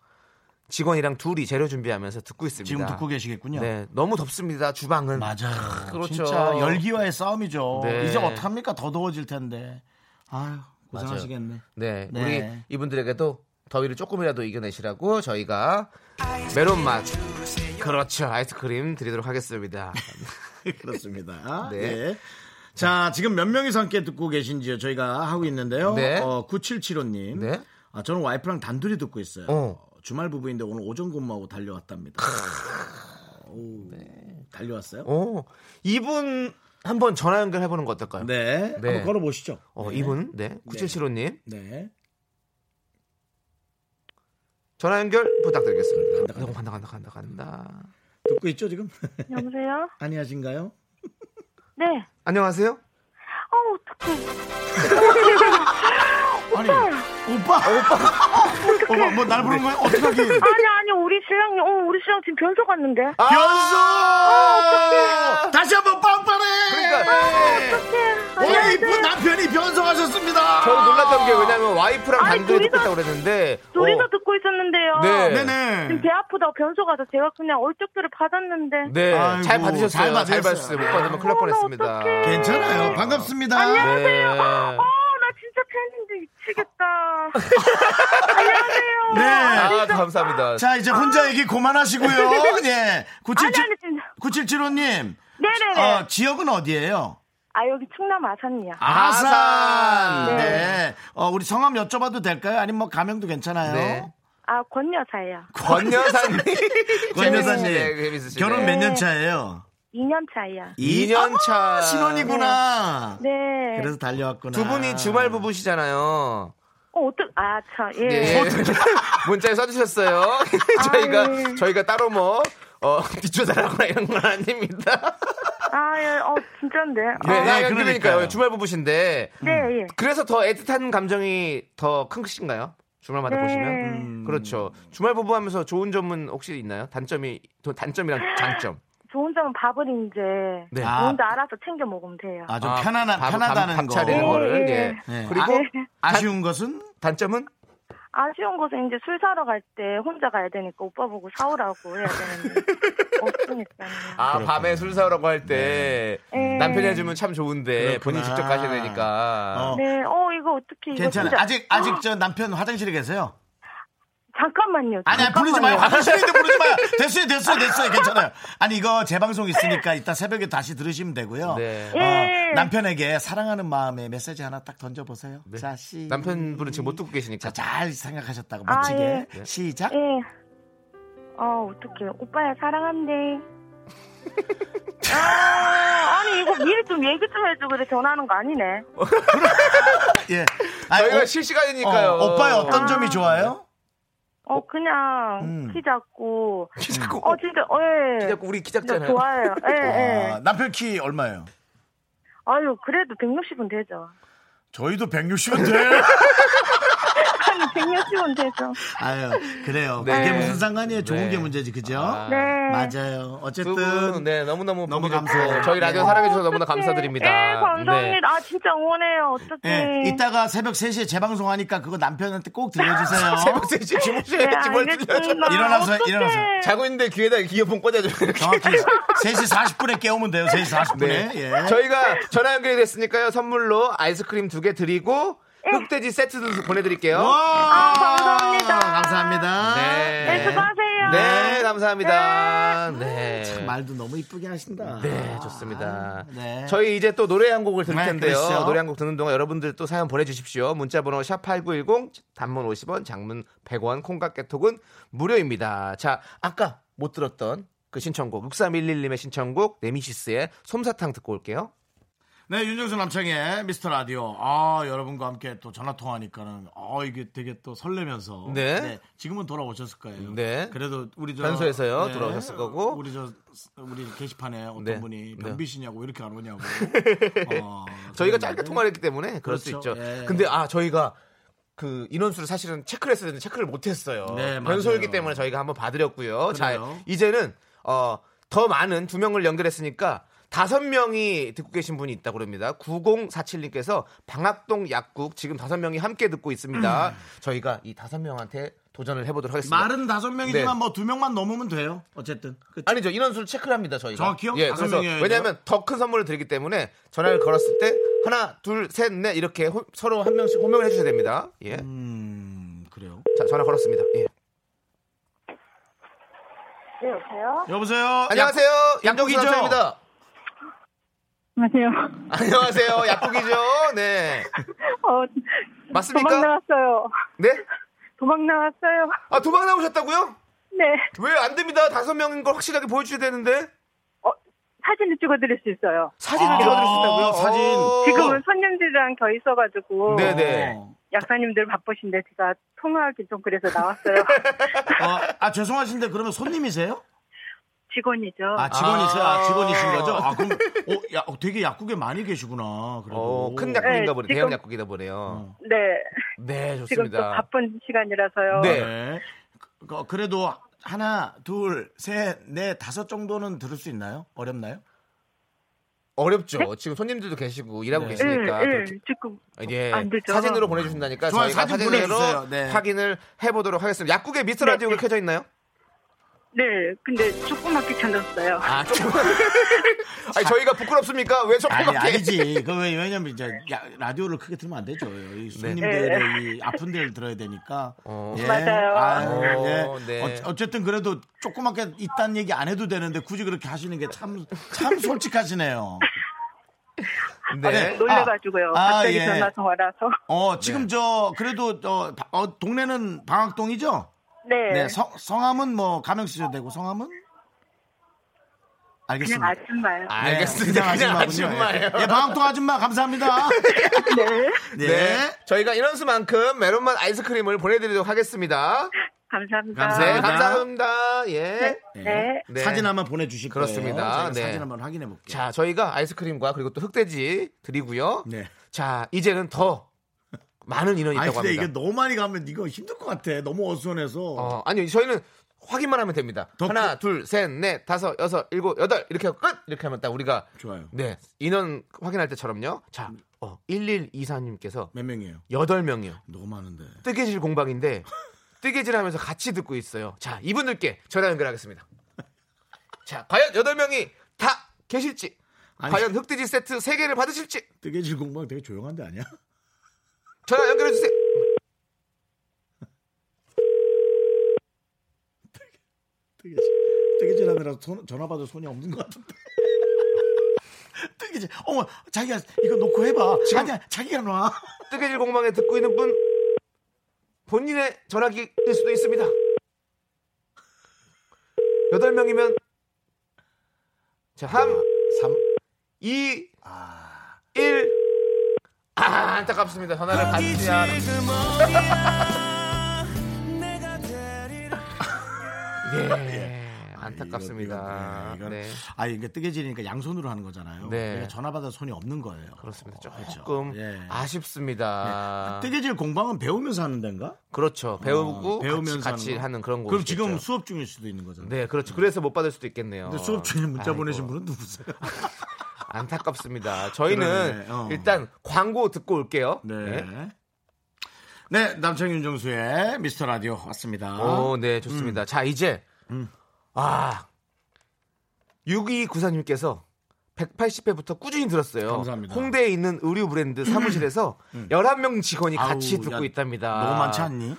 S2: 직원이랑 둘이 재료 준비하면서 듣고 있습니다.
S1: 지금 듣고 계시겠군요.
S2: 네, 너무 덥습니다. 주방은
S1: 맞아요.
S2: 그렇죠.
S1: 진짜 열기와의 싸움이죠.
S2: 네.
S1: 이제 어떡합니까? 더 더워질 텐데. 아유, 고생하시겠네.
S2: 네,
S1: 네.
S2: 우리 이분들에게도 더위를 조금이라도 이겨내시라고 저희가 메론 맛 그렇죠 아이스크림 드리도록 하겠습니다.
S1: 그렇습니다.
S2: 네.
S1: 네. 자, 지금 몇 명이서 함께 듣고 계신지요? 저희가 하고 있는데요.
S2: 네.
S1: 어, 9775님.
S2: 네.
S1: 아, 저는 와이프랑 단둘이 듣고 있어요.
S2: 어.
S1: 주말 부부인데 오늘 오전 근무하고 달려왔답니다. 오,
S2: 네.
S1: 달려왔어요?
S2: 오, 이분 한번 전화 연결해 보는 거 어떨까요?
S1: 네.
S2: 네.
S1: 한번 걸어보시죠.
S2: 어,
S1: 네.
S2: 이분 네, 9775님
S1: 네.
S2: 전화 연결 부탁드리겠습니다. 간다 간다 간다 간다 간다.
S1: 듣고 있죠, 지금?
S4: 여보세요?
S1: 아니하신가요?
S4: 네.
S2: 안녕하세요.
S4: 어, 어떡해.
S1: 아니, 오빠! 오빠! 오빠, 뭐 날 부른 거야? 어떡하긴. 네.
S4: 아니, 아니, 우리 신랑, 어, 우리 신랑 지금 변소 갔는데.
S2: 아,
S1: 변소!
S2: 어떡해.
S1: 아, 다시 한번 빵빵해!
S2: 그러니까
S1: 오늘 이쁜 뭐
S4: 네.
S1: 남편이 변성하셨습니다!
S2: 저는 놀랐던 게 왜냐면 와이프랑
S4: 아니,
S2: 단둘이
S4: 둘이서-
S2: 듣고 있다고 그랬는데
S4: 둘이서
S2: 어,
S4: 듣고 있었는데요.
S2: 네.
S4: 지금
S1: 네네.
S4: 배 아프다 변소 가서 제가 그냥 얼쩍들을 받았는데.
S2: 네,
S1: 아이고,
S2: 잘 받으셨어요.
S1: 잘
S2: 잘,
S1: 받으셨어요.
S2: 받으셨어요. 못 받으면 큰일 날 뻔했습니다.
S4: 어떡해.
S1: 괜찮아요. 반갑습니다.
S4: 안녕하세요.
S2: 네.
S4: 아, 나 진짜 팬인데 미치겠다. 안녕하세요.
S1: 네.
S2: 아, 감사합니다.
S1: 자, 이제 혼자 얘기 그만하시고요. 예.
S4: 아니,
S1: 977,
S4: 아니, 진짜.
S1: 977호님.
S4: 네네네.
S1: 어, 지역은 어디예요
S4: 아, 여기 충남 아산이야.
S1: 아산.
S2: 아산.
S1: 네. 어, 우리 성함 여쭤봐도 될까요? 아니면 뭐 가명도 괜찮아요.
S2: 네.
S4: 아, 권여사예요.
S2: 권 여사님.
S1: 권 여사님.
S2: 재밌으시네, 재밌으시네.
S1: 결혼 몇 년 차예요?
S4: 2년 차야.
S2: 이년 차.
S1: 아, 신혼이구나.
S4: 네.
S1: 그래서 달려왔구나.
S2: 두 분이 주말 부부시잖아요.
S4: 어, 어떡, 아, 참, 예.
S2: 예.
S1: 네.
S2: 문자에 써주셨어요. 저희가,
S4: 네.
S2: 저희가 따로 뭐, 어, 뒷조사라거나 이런 건 아닙니다.
S4: 아, 예. 어, 진짠데. 아,
S2: 네,
S1: 네, 음.
S2: 네, 그러니까요.
S1: 그러니까요.
S2: 주말 부부신데.
S4: 네, 예.
S2: 그래서 더 애틋한 감정이 더 큰 것인가요? 주말마다
S4: 네.
S2: 보시면.
S1: 음.
S2: 그렇죠. 주말 부부 하면서 좋은 점은 혹시 있나요? 단점이, 또 단점이랑 장점.
S4: 좋은 점은 밥을 이제
S2: 네.
S1: 아.
S4: 혼자 알아서 챙겨 먹으면 돼요.
S1: 아, 좀
S2: 아,
S1: 편안한,
S2: 밥-
S1: 편하다는
S2: 밥,
S1: 거.
S2: 차리는 거를.
S4: 예,
S2: 예.
S1: 네.
S2: 그리고
S1: 아, 아쉬운 것은?
S2: 단점은?
S4: 아쉬운 것은 이제 술 사러 갈 때 혼자 가야 되니까 오빠 보고 사오라고 해야 되는데 없으니까요.
S2: 아, 밤에 술 사오라고 할 때.
S4: 네.
S2: 남편이 해주면 참 좋은데.
S1: 그렇구나.
S2: 본인 직접 가셔야 되니까.
S1: 어.
S4: 네, 어 이거 어떻게 이거
S1: 괜찮아요.
S4: 진짜-
S1: 아직, 아직 저 남편 화장실에 계세요?
S4: 잠깐만요.
S1: 아니, 아니 부르지 마요.
S4: 잠깐만요.
S1: 화장실인데 부르지 마요. 됐어요, 됐어요, 됐어요. 괜찮아요. 아니, 이거 재방송 있으니까 이따 새벽에 다시 들으시면 되고요.
S2: 네.
S4: 예.
S1: 어, 남편에게 사랑하는 마음에 메시지 하나 딱 던져보세요.
S2: 네.
S1: 자, 시.
S2: 남편분은 지금 못 듣고 계시니까.
S1: 자, 잘 생각하셨다고
S4: 아,
S1: 멋지게.
S4: 예.
S2: 네.
S1: 시작.
S4: 예. 어 어떻게 오빠야 사랑한대. 아, 아니 이거 미리 좀 얘기 좀 해줘 그래 전화하는 거 아니네.
S1: 예.
S2: 저희가
S1: 오-
S2: 실시간이니까요.
S1: 어, 오빠의 어떤
S4: 아.
S1: 점이 좋아요?
S4: 어 그냥
S1: 음.
S4: 키 작고
S2: 키 작고.
S4: 어 진짜 어, 예.
S2: 키 작고 우리 키
S4: 진짜
S2: 작잖아요.
S4: 좋아요. 예, 예.
S1: 아, 남편 키 얼마예요?
S4: 아유, 그래도 160은 되죠.
S1: 저희도 160인데.
S4: 아니, 160은 되죠.
S1: 아유, 그래요.
S2: 네.
S1: 그게 무슨 상관이에요? 좋은
S2: 네.
S1: 게 문제지, 그죠?
S2: 아.
S4: 네.
S1: 맞아요. 어쨌든.
S2: 두분 네, 너무너무
S1: 너무
S2: 보기 좋고
S1: 감사해요.
S2: 저희 라디오
S1: 네.
S2: 사랑해 주셔서 너무나
S4: 어떡해.
S2: 감사드립니다. 네.
S4: 예, 감사합니다. 아, 진짜 응원해요. 어떡해.
S1: 예, 이따가 새벽 3시에 재방송하니까 그거 남편한테 꼭 들려주세요.
S2: 새벽 3시
S4: 네,
S2: 주무셔야지 뭘 들려줘.
S4: 알겠습니다. 네.
S1: 일어나서,
S4: 어떡해.
S1: 일어나서.
S2: 자고 있는데 귀에다 이어폰 꽂아줘요. 이렇게.
S1: 정확히 3시 40분에 깨우면 돼요. 3시 40분에.
S2: 네.
S1: 예.
S2: 저희가 전화 연결이 됐으니까요. 선물로 아이스크림 두 개 드리고
S4: 예.
S2: 흑돼지 세트도 보내드릴게요.
S1: 와!
S4: 감사합니다.
S1: 아, 감사합니다.
S2: 네.
S4: 네, 수고하세요. 갈게요.
S2: 네, 감사합니다. 네.
S1: 참 말도 너무 이쁘게 하신다.
S2: 네, 좋습니다.
S1: 아, 네.
S2: 저희 이제 또 노래 한 곡을 들을
S1: 네,
S2: 텐데요.
S1: 그렇죠.
S2: 노래 한 곡 듣는 동안 여러분들 또 사연 보내주십시오. 문자번호 샵8910, 단문 50원, 장문 100원, 콩깍개톡은 무료입니다. 자, 아까 못 들었던 그 신청곡, 6311님의 신청곡, 네미시스의 솜사탕 듣고 올게요.
S1: 네, 윤정수 남창의 미스터 라디오. 아, 여러분과 함께 또 전화 통화니까는 아, 이게 되게 또 설레면서.
S2: 네.
S1: 지금은 돌아오셨을 거예요.
S2: 네.
S1: 그래도 우리 저 네.
S2: 변소에서요, 돌아오셨을 거고.
S1: 우리 저 우리 게시판에 어떤
S2: 네.
S1: 분이
S2: 네.
S1: 변비시냐고 이렇게 안 오냐고. 어, 그랬는데.
S2: 저희가 짧게 통화를 했기 때문에 그럴 수
S1: 그렇죠.
S2: 있죠.
S1: 예.
S2: 근데 아, 저희가 그 인원수를 사실은 체크를 했어야 되는데 체크를 못했어요.
S1: 네, 맞아요.
S2: 변소이기 때문에 저희가 한번 봐드렸고요. 자,
S1: 그래요.
S2: 이제는 어, 더 많은 두 명을 연결했으니까 다섯 명이 듣고 계신 분이 있다고 그럽니다. 9047님께서 방학동 약국 지금 다섯 명이 함께 듣고 있습니다. 저희가 이 다섯 명한테 도전을 해보도록 하겠습니다.
S1: 음. 말은 다섯 명이지만
S2: 네.
S1: 뭐 두 명만 넘으면 돼요. 어쨌든. 그쵸?
S2: 아니죠 인원수를 체크를 합니다 저희가
S1: 정확히요?
S2: 예,
S1: 다섯
S2: 그래서
S1: 명이어야 돼요?
S2: 왜냐하면 더 큰 선물을 드리기 때문에 전화를 걸었을 때 하나 둘셋넷 이렇게 호- 서로 한 명씩 호명을 해주셔야 됩니다 예.
S1: 음, 그래요.
S2: 자 전화 걸었습니다 예.
S1: 어,
S4: 네, 여보세요?
S1: 여보세요.
S2: 안녕하세요
S1: 약국이죠?
S2: 약국이죠
S4: 안녕하세요.
S2: 안녕하세요 약국이죠 네
S4: 어, 도망
S2: 맞습니까
S4: 나왔어요.
S2: 네아 아,
S4: 도망 나왔어요.
S2: 도망 나오셨다고요
S4: 네.
S2: 왜 안 됩니다 다섯 명인 걸 확실하게 보여주셔야 되는데
S4: 어, 사진을 찍어드릴 수 있어요.
S2: 사진을
S1: 아,
S2: 찍어드릴 수 있다고요
S1: 사진.
S2: 어.
S4: 지금은 손님들이랑 겨 있어가지고
S2: 네네.
S1: 어,
S4: 약사님들 바쁘신데 제가 통화하기 좀 그래서 나왔어요.
S1: 어, 아, 죄송하신데 그러면 손님이세요?
S4: 직원이죠.
S1: 아 직원이세요? 아,
S2: 아.
S1: 직원이신 거죠? 아 그럼 어, 야, 어, 되게 약국에 많이 계시구나. 그래도
S2: 어, 큰 약국인가
S4: 네,
S2: 보네
S4: 지금-
S2: 대형 약국이다 보네요
S4: 네.
S2: 네
S4: 지금 또
S2: 좋습니다
S4: 바쁜 시간이라서요.
S2: 네.
S1: 네. 그- 어, 그래도 하나, 둘, 셋, 넷, 다섯 정도는 들을 수 있나요? 어렵나요?
S2: 어렵죠.
S4: 네?
S2: 지금 손님들도 계시고 일하고
S1: 네.
S4: 응,
S2: 계시니까
S4: 응,
S2: 그렇게-
S4: 지금
S2: 예,
S4: 안 되죠.
S2: 사진으로 보내주신다니까
S1: 좋아요.
S2: 저희가
S1: 사진
S2: 사진으로
S1: 보내주세요. 네.
S2: 확인을 해보도록 하겠습니다. 약국에 미스터 라디오가 켜져 있나요?
S4: 네, 근데 조그맣 게 찾았어요.
S2: 아 조금. 아니 저희가 부끄럽습니까? 왜
S1: 아니,
S2: 조금밖에?
S1: 아니지. 그 왜, 왜냐면 이제 야- 라디오를 크게 들으면 안 되죠. 이 손님들의 이 아픈 데를 들어야 되니까.
S2: 네. 어.
S1: 예.
S4: 맞아요.
S1: 아유, 예.
S2: 어, 네.
S1: 어, 어쨌든 그래도 조그맣게 있다는 얘기 안 해도 되는데 굳이 그렇게 하시는 게 참, 참 솔직하시네요.
S2: 네.
S4: 놀래가지고요.
S1: 아,
S4: 갑자기
S1: 예.
S4: 전화 통화라서.
S1: 어, 지금 저, 그래도, 어, 바- 어, 동네는 방학동이죠?
S4: 네.
S1: 네, 성, 성함은 뭐 가명 쓰셔도 되고 성함은
S4: 그냥
S1: 알겠습니다.
S4: 네,
S1: 네,
S4: 아줌마요.
S2: 알겠습니다. 그냥
S1: 아줌마군요.
S2: 아줌마예요.
S1: 예, 예, 방학동 아줌마 감사합니다.
S4: 네.
S1: 네.
S2: 네. 저희가 인원수만큼 메론맛 아이스크림을 보내드리도록 하겠습니다.
S4: 감사합니다.
S2: 네,
S1: 감사합니다.
S2: 감사합니다. 예.
S4: 네.
S1: 네.
S2: 네.
S1: 사진 한번 보내주실
S2: 그렇습니다.
S1: 거예요. 저희가
S2: 네.
S1: 사진 한번 확인해 볼게요.
S2: 자, 저희가 아이스크림과 그리고 또 흑돼지 드리고요.
S1: 네.
S2: 자, 이제는 더 많은 인원이
S1: 아니
S2: 있다고
S1: 근데
S2: 합니다.
S1: 이게 너무 많이 가면 이거 힘들 것 같아. 너무 어수선해서.
S2: 어, 아니요. 저희는 확인만 하면 됩니다.
S1: 더
S2: 하나, 둘, 셋, 넷, 다섯, 여섯, 일곱, 여덟 이렇게 하고 끝 이렇게 하면 딱 우리가
S1: 좋아요.
S2: 네 인원 확인할 때처럼요. 자, 어, 1124님께서
S1: 몇 명이에요?
S2: 여덟 명이요.
S1: 너무 많은데.
S2: 뜨개질 공방인데 뜨개질하면서 같이 듣고 있어요. 자, 이분들께 전화 연결하겠습니다. 자, 과연 여덟 명이 다 계실지,
S1: 아니.
S2: 과연 흑돼지 세트 세 개를 받으실지
S1: 뜨개질 공방 되게 조용한데 아니야?
S2: 전화 연결해 주세요.
S1: 뜨개질, 뜨개질 하느라 손- 전화 받을 손이 없는 것 같은데. 뜨개질. 어머, 자기야 이거 놓고 해봐. 아니야, 자기가 놔.
S2: 뜨개질 공방에 듣고 있는 분 본인의 전화기일 수도 있습니다. 여덟 명이면 자, 3,
S1: 3
S2: 2, 1. 아, 안타깝습니다. 전화를 받지 않. 예, 안타깝습니다.
S1: 이건, 이건,
S2: 네,
S1: 아 이게 뜨개질이니까 양손으로 하는 거잖아요.
S2: 네.
S1: 그러니까 전화 받아 손이 없는 거예요.
S2: 그렇습니다.
S1: 그렇죠.
S2: 조금 아.
S1: 예.
S2: 아쉽습니다.
S1: 뜨개질 공방은 배우면서 하는 데인가? 어,
S2: 그렇죠. 배우고 배우면서 같이, 같이
S1: 거.
S2: 하는 그런 거.
S1: 그럼 지금 수업 중일 수도 있는 거잖아요.
S2: 네, 그렇죠. 그래서 못 받을 수도 있겠네요.
S1: 근데 수업 중에 문자
S2: 아이고.
S1: 보내신 분은 누구세요?
S2: 안타깝습니다. 저희는
S1: 그러네, 어.
S2: 일단 광고 듣고 올게요.
S1: 네. 네, 남창 윤정수의 미스터 라디오 왔습니다.
S2: 오, 네, 좋습니다. 자, 이제 아 6294님께서 180회부터 꾸준히 들었어요.
S1: 감사합니다.
S2: 홍대에 있는 의류 브랜드 음. 사무실에서 11명 직원이 같이
S1: 아우,
S2: 듣고
S1: 야,
S2: 있답니다.
S1: 너무 많지 않니?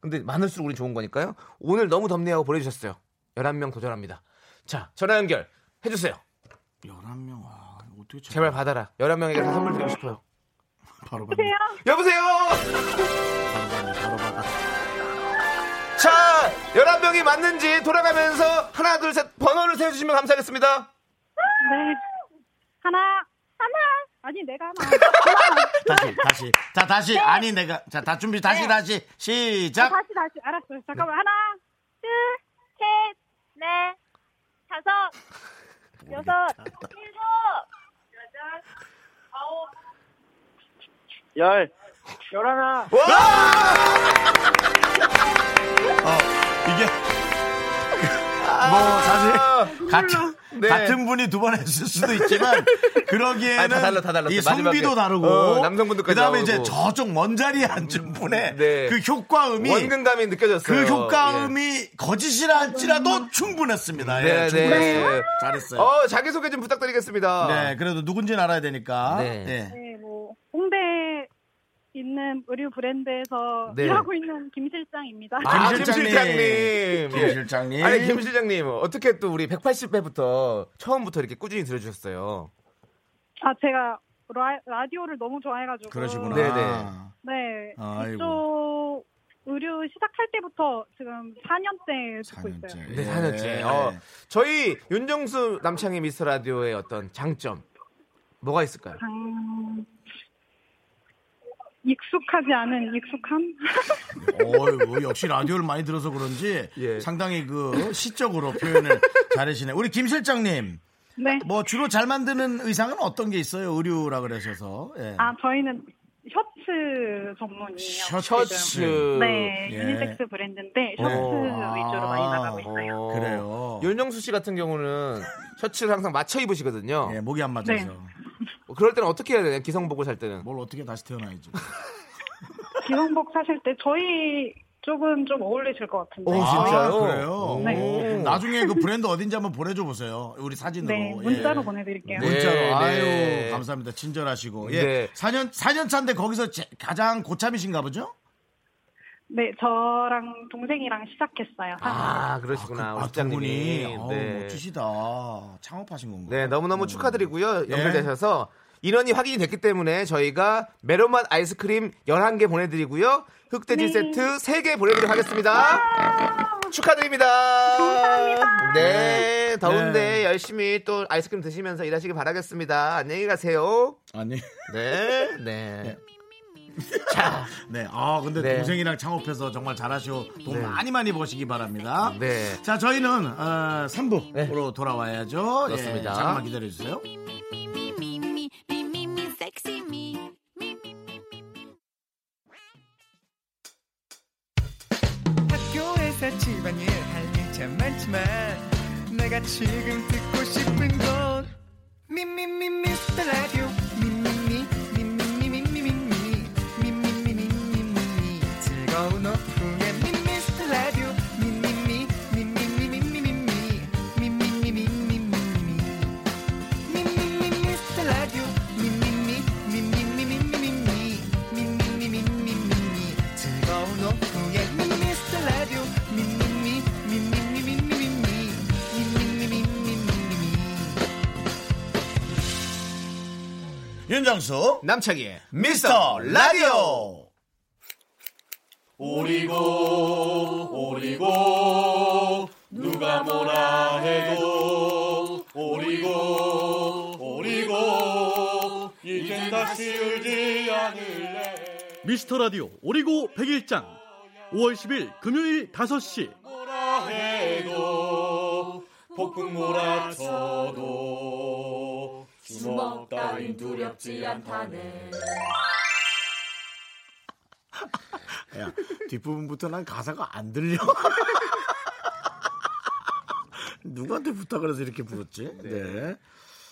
S2: 근데 많을수록 우리 좋은 거니까요. 오늘 너무 덥네요 하고 보내주셨어요. 11명 도전합니다. 자, 전화 연결 해주세요.
S1: 11명. 아, 어떻게 참-
S2: 제발 받아라. 11명에게 다 선물 드리고 싶어요.
S1: 바로 받네.
S2: 여보세요!
S1: 바로 받아.
S2: 자, 11명이 맞는지 돌아가면서 하나, 둘, 셋 번호를 세워주시면 감사하겠습니다.
S4: 네. 하나, 하나. 아니, 내가 하나.
S1: 다시 다시. 자, 다시. 아니 내가 자, 다 준비 다시
S4: 네.
S1: 다시. 시작.
S4: 다시, 다시. 알았어.
S1: 네.
S4: 잠깐만. 하나, 둘, 셋, 넷, 다섯, 여섯, 일곱, 여덟, 아홉.
S5: 열, 열하나.
S2: 어?
S1: 이게
S4: 아.
S1: 뭐 사실 같은
S2: 네.
S1: 같은 분이 두 번 했을 수도 있지만 그러기에는
S2: 아니, 다 달라, 다 달라.
S1: 이
S2: 마지막에.
S1: 성비도 다르고
S2: 어, 남성분들까지
S1: 그다음에
S2: 나오고.
S1: 이제 저쪽 먼 자리에 앉은 분의
S2: 네.
S1: 그 효과음이
S2: 원근감이 느껴졌어요.
S1: 그
S2: 예.
S1: 효과음이
S4: 음.
S1: 거짓이랄지라도 충분했습니다. 예,
S2: 네,
S1: 충분했어요.
S2: 네.
S1: 잘했어요.
S2: 어, 자기소개 좀 부탁드리겠습니다.
S1: 네, 그래도 누군지는 알아야 되니까.
S2: 어. 네.
S1: 예.
S4: 네, 뭐, 홍대에 있는 의류 브랜드에서
S2: 네.
S4: 일하고 있는 김 실장입니다.
S2: 아, 김
S1: 김 실장님.
S2: 실장님.
S1: 김
S2: 예.
S1: 실장님.
S2: 아니, 김 실장님. 어떻게 또 우리 180회부터 처음부터 이렇게 꾸준히 들어주셨어요.
S4: 아, 제가 라, 라디오를 너무 좋아해가지고.
S1: 그러시구나.
S2: 네, 네.
S4: 네.
S1: 아이고.
S4: 이쪽 의류 시작할 때부터 지금 4년째 듣고
S1: 4년째. 예.
S4: 있어요.
S2: 네, 4년째. 어, 저희 윤정수 남창희 미스터 라디오의 어떤 장점. 뭐가 있을까요?
S4: 음, 익숙하지 않은 익숙함?
S1: 어유 뭐 역시 라디오를 많이 들어서 그런지
S2: 예.
S1: 상당히 그 시적으로 표현을 잘하시네. 우리 김 실장님,
S4: 네.
S1: 뭐 주로 잘 만드는 의상은 어떤 게 있어요? 의류라 그러셔서. 예.
S4: 아, 저희는 셔츠 전문이에요.
S2: 셔츠.
S4: 네,
S1: 예.
S4: 유니섹스 브랜드인데 셔츠
S1: 어.
S4: 위주로 많이 나가고 있어요.
S2: 어,
S1: 그래요.
S2: 윤정수 씨 같은 경우는 셔츠를 항상 맞춰 입으시거든요. 뭐
S1: 예, 목이 안 맞아서
S4: 네.
S2: 그럴 때는 어떻게 해야 되나요? 기성복을 살 때는.
S1: 뭘 어떻게 다시 태어나야지.
S4: 기성복 사실 때 저희 쪽은 좀 어울리실 것 같은데.
S2: 오,
S1: 아,
S2: 진짜요?
S1: 그래요.
S2: 네.
S1: 오, 그럼 나중에 그 브랜드 어딘지 한번 보내줘 보세요. 우리 사진으로.
S4: 네, 문자로
S1: 예.
S4: 보내드릴게요.
S2: 네.
S1: 문자로
S2: 네.
S1: 아유 감사합니다 친절하시고 예
S2: 네.
S1: 4년 4년 차인데 거기서 제- 가장 고참이신가 보죠?
S4: 네, 저랑 동생이랑 시작했어요.
S2: 아, 그러시구나. 우리
S1: 아, 두 분이
S2: 부장님이.
S1: 어우, 멋지시다 창업하신 건가요?
S2: 네, 너무너무
S1: 음.
S2: 축하드리고요. 연결되셔서 인원이 확인이 됐기 때문에 저희가 메론맛 아이스크림 11개 보내드리고요. 흑돼지
S1: 네.
S2: 세트 3개 보내드리도록 하겠습니다.
S1: 아,
S2: 축하드립니다. 네, 더운데
S1: 네.
S2: 열심히 또 아이스크림 드시면서 일하시길 바라겠습니다. 안녕히 가세요.
S1: 아니
S2: 네, 네.
S1: 네. 아, 근데
S2: 네.
S1: 동생이랑 창업해서 정말 잘하시고 돈
S2: 네.
S1: 많이 많이 버시기 바랍니다.
S2: 네.
S1: 자, 저희는 어, 3부로 돌아와야죠.
S2: 그렇습니다.
S1: 예, 잠깐만 기다려 주세요.
S6: 학교에서 집안일 할 일 참 많지만 내가 지금 듣고 싶은 건 미미미 미스터 라디오 미미미 미미미 미미미 미미미 미미미 즐거운 오후에 미스터 라디오 미미미 미미미 미미미 미미미 미미미
S1: 윤정수
S2: 남창희의
S1: 미스터 라디오.
S7: 미스터 라디오 오리고 101장 5월 10일 금요일 5시
S1: 야, 뒷부분부터 난 가사가 안 들려. 누구한테 부탁을 해서 이렇게 부르지? 네.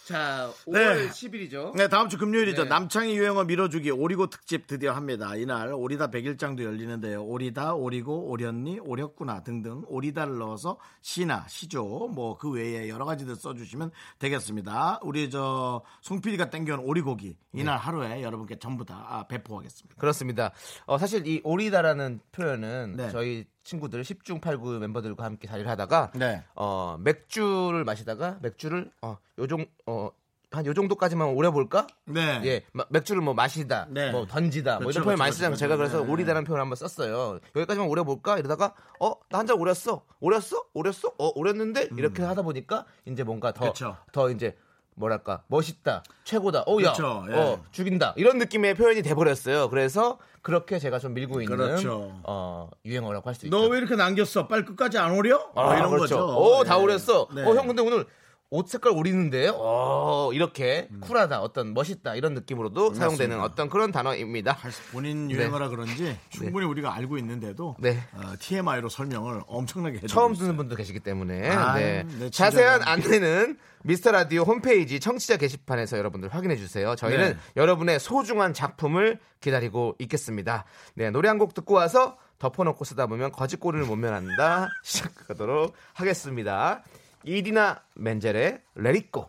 S2: 자,
S1: 네.
S2: 5월 10일이죠.
S1: 네, 다음 주 금요일이죠.
S2: 네.
S1: 남창희 유행어 밀어주기 오리고 특집 드디어 합니다. 이날 오리다 100일장도 열리는데요. 오리다, 오리고, 오렸니, 오렸구나 등등 오리다를 넣어서 시나, 시조 뭐 그 외에 여러 가지들 써주시면 되겠습니다. 우리 저 송PD가 땡겨온 오리고기 이날
S2: 네.
S1: 하루에 여러분께 전부 다 아, 배포하겠습니다.
S2: 그렇습니다. 어, 사실 이 오리다라는 표현은
S1: 네.
S2: 저희 친구들 10중 8구 멤버들과 함께 자리를 하다가
S1: 네.
S2: 어, 맥주를 마시다가 맥주를 어, 요정 어, 한 요 정도까지만 오래 볼까?
S1: 네.
S2: 예, 마- 맥주를 뭐 마시다,
S1: 네.
S2: 뭐 던지다, 뭐
S1: 그렇죠,
S2: 이런 표현 많이
S1: 그렇죠,
S2: 쓰잖아요.
S1: 그렇죠.
S2: 제가 그래서
S1: 네.
S2: 오리다라는 표현을 한번 썼어요. 여기까지만 오래 볼까? 이러다가 어, 나 한 잔 오렸어, 오렸어, 오렸어, 어, 오렸는데 이렇게 하다 보니까 이제 뭔가 더 더
S1: 음. 그렇죠.
S2: 이제 뭐랄까 멋있다, 최고다, 오야,
S1: 그렇죠, 예.
S2: 어 죽인다 이런 느낌의 표현이 돼버렸어요. 그래서 그렇게 제가 좀 밀고 있는
S1: 그렇죠.
S2: 어, 유행어라고 할 수 있죠.
S1: 너 왜 이렇게 남겼어? 빨리 끝까지 안 오려?
S2: 아,
S1: 뭐 이런
S2: 그렇죠.
S1: 거죠.
S2: 오, 다
S1: 네.
S2: 오렸어.
S1: 네.
S2: 어, 형 근데 오늘 옷 색깔 오리는데, 어, 이렇게
S1: 음.
S2: 쿨하다, 어떤 멋있다 이런 느낌으로도 사용되는 어떤 그런 단어입니다.
S1: 본인 유행어라 그런지 충분히 우리가 알고 있는데도 어,
S2: 네.
S1: TMI로 설명을 엄청나게 해주고
S2: 처음
S1: 있어요.
S2: 듣는 분도 계시기 때문에
S1: 아,
S2: 네.
S1: 네, 진짜.
S2: 자세한 안내는 미스터 라디오 홈페이지 청취자 게시판에서 여러분들 확인해 주세요. 저희는
S1: 네.
S2: 여러분의 소중한 작품을 기다리고 있겠습니다. 네, 노래 한 곡 듣고 와서 덮어놓고 쓰다 보면 거짓골을 못 면한다 시작하도록 하겠습니다. 이디나 멘젤의 레리꼬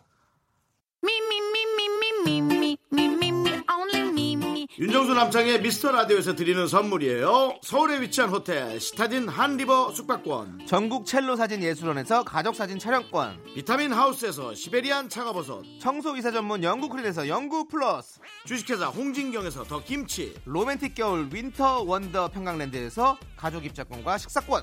S1: 윤정수 남창의 미스터 라디오에서 드리는 선물이에요. 서울에 위치한 호텔 시타딘 한리버 숙박권,
S2: 전국 첼로 사진 예술원에서 가족 사진 촬영권,
S1: 비타민 하우스에서 시베리안 차가버섯,
S2: 청소 이사 전문 영국 크린에서 영국 플러스,
S1: 주식회사 홍진경에서 더 김치,
S2: 로맨틱 겨울 윈터 원더 평강랜드에서 가족 입자권과 식사권.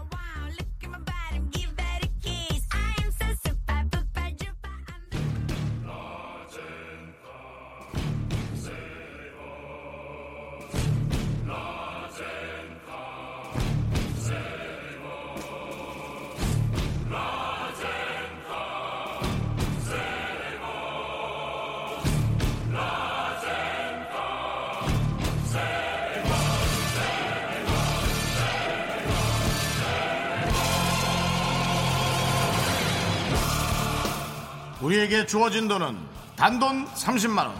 S1: 우리에게 주어진 돈은 단돈 30만 원.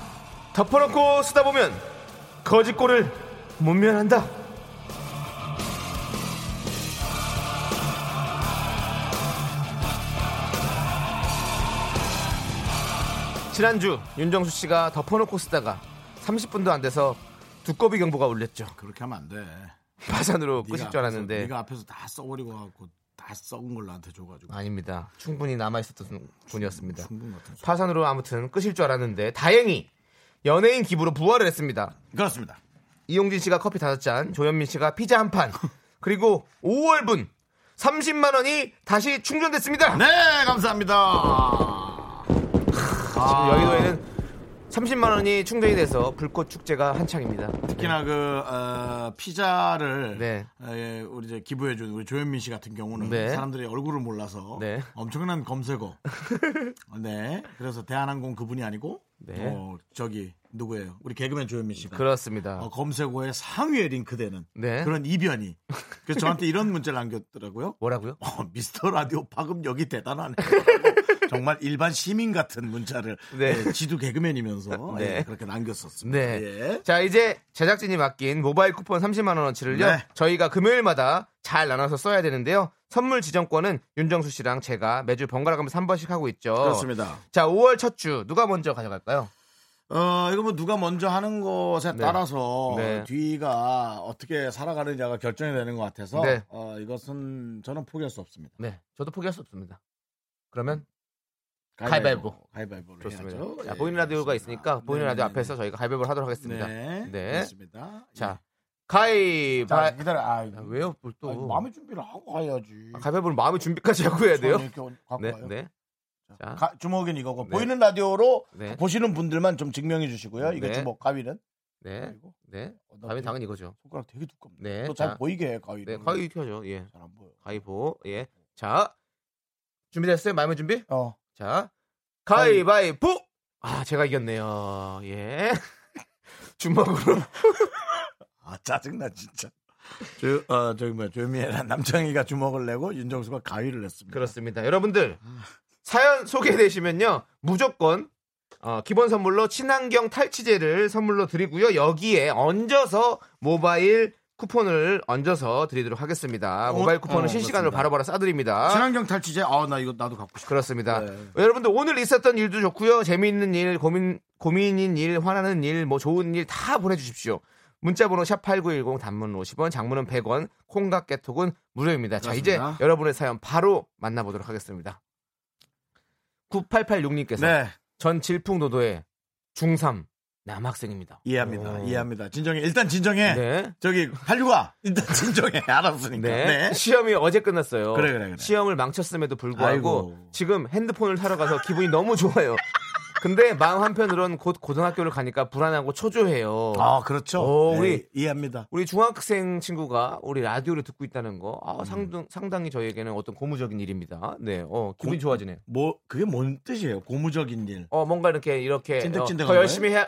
S2: 덮어놓고 쓰다보면 거짓골을 못 면한다 지난주 윤정수 씨가 덮어놓고 쓰다가 30분도 안 돼서 두꺼비 경보가 울렸죠
S1: 그렇게 하면 안 돼.
S2: 파산으로 끝일 줄 알았는데
S1: 네가 앞에서 다 써버리고 갖고 다 썩은 걸 나한테 줘가지고.
S2: 아닙니다. 충분히 남아 있었던 분이었습니다.
S1: 충분 같은 소리.
S2: 파산으로 아무튼 끝일 줄 알았는데 다행히 연예인 기부로 부활을 했습니다.
S1: 그렇습니다.
S2: 이용진 씨가 커피 다섯 잔, 조현민 씨가 피자 한 판, 그리고 5월분 30만 원이 다시 충전됐습니다.
S1: 네, 감사합니다.
S2: 지금 아. 여의도에는 30만 원이 충전이 돼서 불꽃 축제가 한창입니다.
S1: 특히나 그 어, 피자를
S2: 네.
S1: 어, 예, 우리 이제 기부해준 우리 조현민 씨 같은 경우는
S2: 네.
S1: 사람들이 얼굴을 몰라서
S2: 네.
S1: 엄청난 검색어. 네, 그래서 대한항공 그분이 아니고
S2: 네. 그렇죠.
S1: 어, 저기 누구예요? 우리 개그맨 조현민 씨가.
S2: 그렇습니다.
S1: 어, 검색어에 상위에 링크되는
S2: 아. 네.
S1: 그런 이변이. 그래서 저한테 이런 문자를 남겼더라고요.
S2: 뭐라고요?
S1: 어, 미스터 라디오 파급력이 대단하네. 정말 일반 시민 같은 문자를
S2: 네.
S1: 예, 지도 개그맨이면서
S2: 네.
S1: 예, 그렇게 남겼었습니다.
S2: 네.
S1: 예.
S2: 자, 이제 제작진이 맡긴 모바일 쿠폰 30만 원어치를요.
S1: 네.
S2: 저희가 금요일마다 잘 나눠서 써야 되는데요. 선물 지정권은 윤정수 씨랑 제가 매주 번갈아 가면서 한 번씩 하고 있죠.
S1: 그렇습니다.
S2: 자, 5월 첫 주 누가 먼저 가져갈까요?
S1: 어, 이거 뭐 누가 먼저 하는 것에
S2: 네.
S1: 따라서
S2: 네.
S1: 뒤가 어떻게 살아가느냐가 결정이 되는 것 같아서
S2: 네.
S1: 어, 이것은 저는 포기할 수 없습니다.
S2: 네. 저도 포기할 수 없습니다. 그러면 가위바위보.
S1: 가위바위보. 를
S2: 좋습니다.
S1: 해야죠.
S2: 자,
S1: 예,
S2: 보이는 라디오가
S1: 그렇습니다.
S2: 있으니까 보이는
S1: 네,
S2: 라디오
S1: 네,
S2: 앞에서 저희가 가위바위보를 하도록
S1: 네.
S2: 하겠습니다.
S1: 네.
S2: 네.
S1: 그렇습니다.
S2: 자,
S1: 예. 자,
S2: 가위바위
S1: 기다려. 아,
S2: 아, 왜요? 뭘 또.
S1: 아니, 마음의 준비를 하고 가야지.
S2: 아, 가위바위보는 마음의 준비까지 하고 해야 돼요.
S1: 저는 이렇게 갖고
S2: 네.
S1: 와요.
S2: 네. 자.
S1: 가- 주먹은 이거고
S2: 네.
S1: 보이는 라디오로
S2: 네.
S1: 보시는 분들만 좀 증명해 주시고요. 이거
S2: 네.
S1: 주먹 가위는
S2: 네.
S1: 그리고
S2: 네.
S1: 어, 나
S2: 가위
S1: 되게-
S2: 당연히 이거죠.
S1: 손가락 되게 두껍네.
S2: 네.
S1: 또 잘
S2: 자,
S1: 보이게 해, 가위.
S2: 네. 가위 이렇게 하죠. 예.
S1: 잘안 보여.
S2: 가위보 예. 자 준비됐어요? 마음의 준비?
S1: 어.
S2: 자 가위바위보 아, 제가 이겼네요. 예. 주먹으로.
S1: 아 짜증나 진짜. 저, 어, 저기 뭐야 조미애랑 남창희가 주먹을 내고 윤정수가 가위를 냈습니다.
S2: 그렇습니다. 여러분들 사연 소개되시면요 무조건 어, 기본 선물로 친환경 탈취제를 선물로 드리고요 여기에 얹어서 모바일 쿠폰을 얹어서 드리도록 하겠습니다.
S1: 어,
S2: 모바일
S1: 어,
S2: 쿠폰은 실시간으로
S1: 그렇습니다.
S2: 바로바로 싸드립니다.
S1: 친환경 탈취제. 아 나 이거 나도 갖고 싶어.
S2: 그렇습니다.
S1: 네.
S2: 여러분들 오늘 있었던 일도 좋고요. 재미있는 일, 고민 고민인 일, 화나는 일, 뭐 좋은 일 다 보내 주십시오. 문자 번호 샵8910 단문 50원, 장문은 100원, 콩과 깨톡은 무료입니다. 자, 이제
S1: 그렇습니다.
S2: 여러분의 사연 바로 만나 보도록 하겠습니다. 9886 님께서
S1: 네
S2: 전 질풍노도의 중3 남학생입니다.
S1: 이해합니다.
S2: 오.
S1: 이해합니다. 진정해. 일단 진정해.
S2: 네.
S1: 저기 한류가 일단 진정해. 알았으니까.
S2: 네.
S1: 네.
S2: 시험이 어제 끝났어요.
S1: 그래, 그래, 그래.
S2: 시험을 망쳤음에도 불구하고
S1: 아이고.
S2: 지금 핸드폰을 사러 가서 기분이 너무 좋아요. 근데 마음 한편으론 곧 고등학교를 가니까 불안하고 초조해요.
S1: 아 그렇죠.
S2: 오,
S1: 네,
S2: 우리-
S1: 이해합니다.
S2: 우리 중학생 친구가 우리 라디오를 듣고 있다는 거
S1: 음.
S2: 아, 상당, 상당히 저에게는 어떤 고무적인 일입니다. 네, 어, 기분이
S1: 고-
S2: 좋아지네요.
S1: 뭐 그게 뭔 뜻이에요? 고무적인 일.
S2: 어, 뭔가 이렇게 이렇게 어,
S1: 찐득찐득한
S2: 더 열심히 해야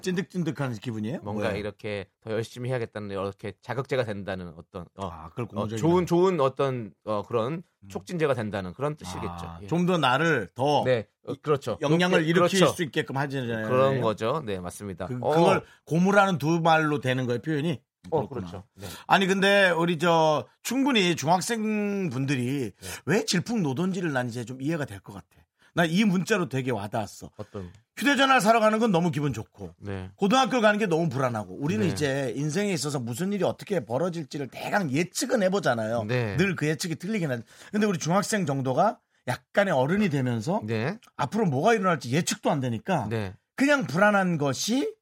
S1: 찐득찐득한 기분이에요?
S2: 뭔가
S1: 뭐예요?
S2: 이렇게 더 열심히 해야겠다는 이렇게 자극제가 된다는 어떤 어,
S1: 아 그걸
S2: 어,
S1: 고무적인. 음.
S2: 좋은 좋은 어떤 어, 그런 촉진제가 된다는 그런 뜻이겠죠. 예.
S1: 아, 좀 더 나를 더
S2: 네, 어, 그렇죠.
S1: 영향을
S2: 높게-
S1: 일으킬
S2: 그렇죠.
S1: 수 있게끔 하잖아요.
S2: 그런 거죠. 네, 맞습니다.
S1: 그,
S2: 어,
S1: 그걸 고무라는 두 말로 되는 거예요 표현이.
S2: 어,
S1: 그렇구나.
S2: 그렇죠. 네.
S1: 아니 근데 우리 저 충분히 중학생 분들이
S2: 네.
S1: 왜 질풍노돈지를 난 이제 좀 이해가 될 것 같아. 나 이 문자로 되게 와닿았어.
S2: 어떤
S1: 휴대전화를 사러 가는 건 너무 기분 좋고
S2: 네.
S1: 고등학교 가는 게 너무 불안하고 우리는
S2: 네.
S1: 이제 인생에 있어서 무슨 일이 어떻게 벌어질지를 대강 예측은 해보잖아요.
S2: 네.
S1: 늘 그 예측이 틀리긴 하지. 근데 우리 중학생 정도가 약간의 어른이 되면서
S2: 네.
S1: 앞으로 뭐가 일어날지 예측도 안 되니까
S2: 네.
S1: 그냥 불안한 것이